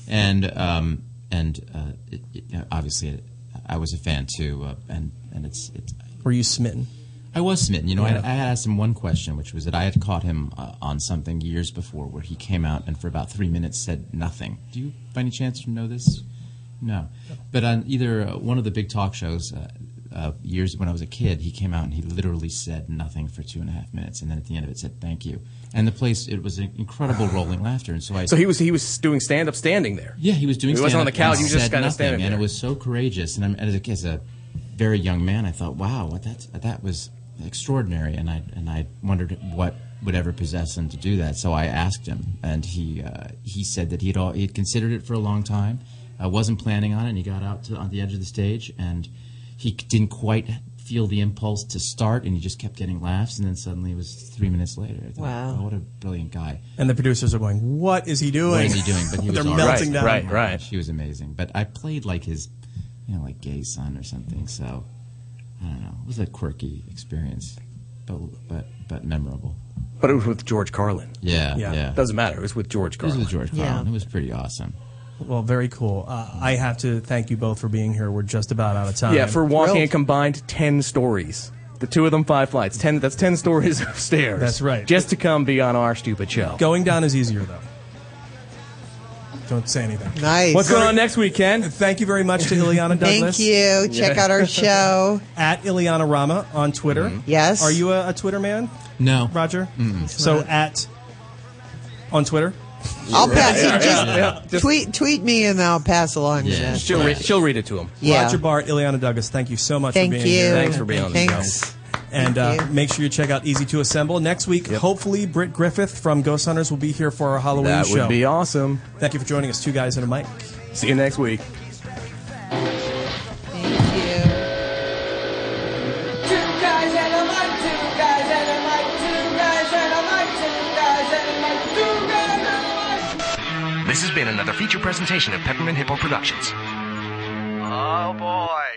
S19: and um, and uh, it, it, you know, obviously, I was a fan too, uh, and and it's it's
S1: Were you smitten?
S19: I was smitten. You know,
S12: Yeah.
S19: I, I had asked him one question, which was that I had caught him uh, on something years before where he came out and for about three minutes said nothing. Do you, by any chance, know this? No. But on either uh, one of the big talk shows, uh, uh, years when I was a kid, he came out and he literally said nothing for two and a half minutes, and then at the end of it said thank you. And the place, it was an incredible rolling laughter. And so I.
S6: So he was he was doing stand up, standing there.
S19: Yeah, he was doing.
S6: He wasn't on the
S19: stand-up and
S6: couch. He was just
S19: said
S6: kind of
S19: nothing,
S6: standing
S19: and
S6: there.
S19: it was so courageous. And I'm, as, a, as a very young man, I thought, wow, what that that was extraordinary. And I and I wondered what would ever possess him to do that. So I asked him, and he uh, he said that he'd all, he'd considered it for a long time, uh, wasn't planning on it. And he got out to on the edge of the stage, and he didn't quite feel the impulse to start, and he just kept getting laughs. And then suddenly it was three minutes later. I thought,
S1: Wow.
S19: oh, what a brilliant guy.
S1: And the producers are going, "What is he doing?
S19: What is he doing? But he was
S1: They're
S19: all
S1: melting down.
S19: Oh my gosh, He was amazing. But I played like his, you know, like gay son or something. So I don't know. It was a quirky experience, but but but memorable.
S6: But it was with George Carlin.
S19: Yeah, yeah.
S6: Doesn't matter. It was with George
S19: It was
S6: Carlin.
S19: with George Carlin.
S18: Um,
S19: It was pretty awesome.
S1: Well, very cool. Uh, I have to thank you both for being here. We're just about out of time.
S6: Yeah, for walking
S1: Thrilled.
S6: a combined ten stories. The two of them five flights. Ten. That's ten stories of stairs.
S1: That's right.
S6: Just to come be on our stupid show.
S1: Going down is easier though. Don't say anything.
S18: Nice.
S6: What's going on next week, Ken?
S1: Thank you very much to Ileana Douglas.
S18: Thank you. Check out our show.
S1: at Ileana Rama on Twitter.
S19: Mm-hmm.
S18: Yes.
S1: Are you a, a Twitter man?
S19: No.
S1: Roger?
S18: Mm-hmm.
S1: So at on Twitter?
S18: I'll pass
S1: Yeah,
S18: it.
S1: yeah,
S18: Just,
S1: yeah. Just-
S18: tweet tweet me and I'll pass along. to that.
S6: She'll, read, she'll read it to him.
S18: Yeah.
S1: Roger Bart, Ileana Douglas, thank you so much
S18: Thank
S1: for being
S18: you.
S1: here.
S18: Thanks for being on the Thanks. show.
S1: And uh, make sure you check out Easy to Assemble. Next week, hopefully, Britt Griffith from Ghost Hunters will be here for our Halloween
S6: That
S1: show.
S6: would be awesome.
S1: Thank you for joining us, two guys and a mic.
S6: See you next week.
S13: Two guys and a mic, two guys and a mic, two guys and a mic, two guys and a mic, two guys and a mic.
S2: This has been another feature presentation of Peppermint Hippo Productions.
S13: Oh boy.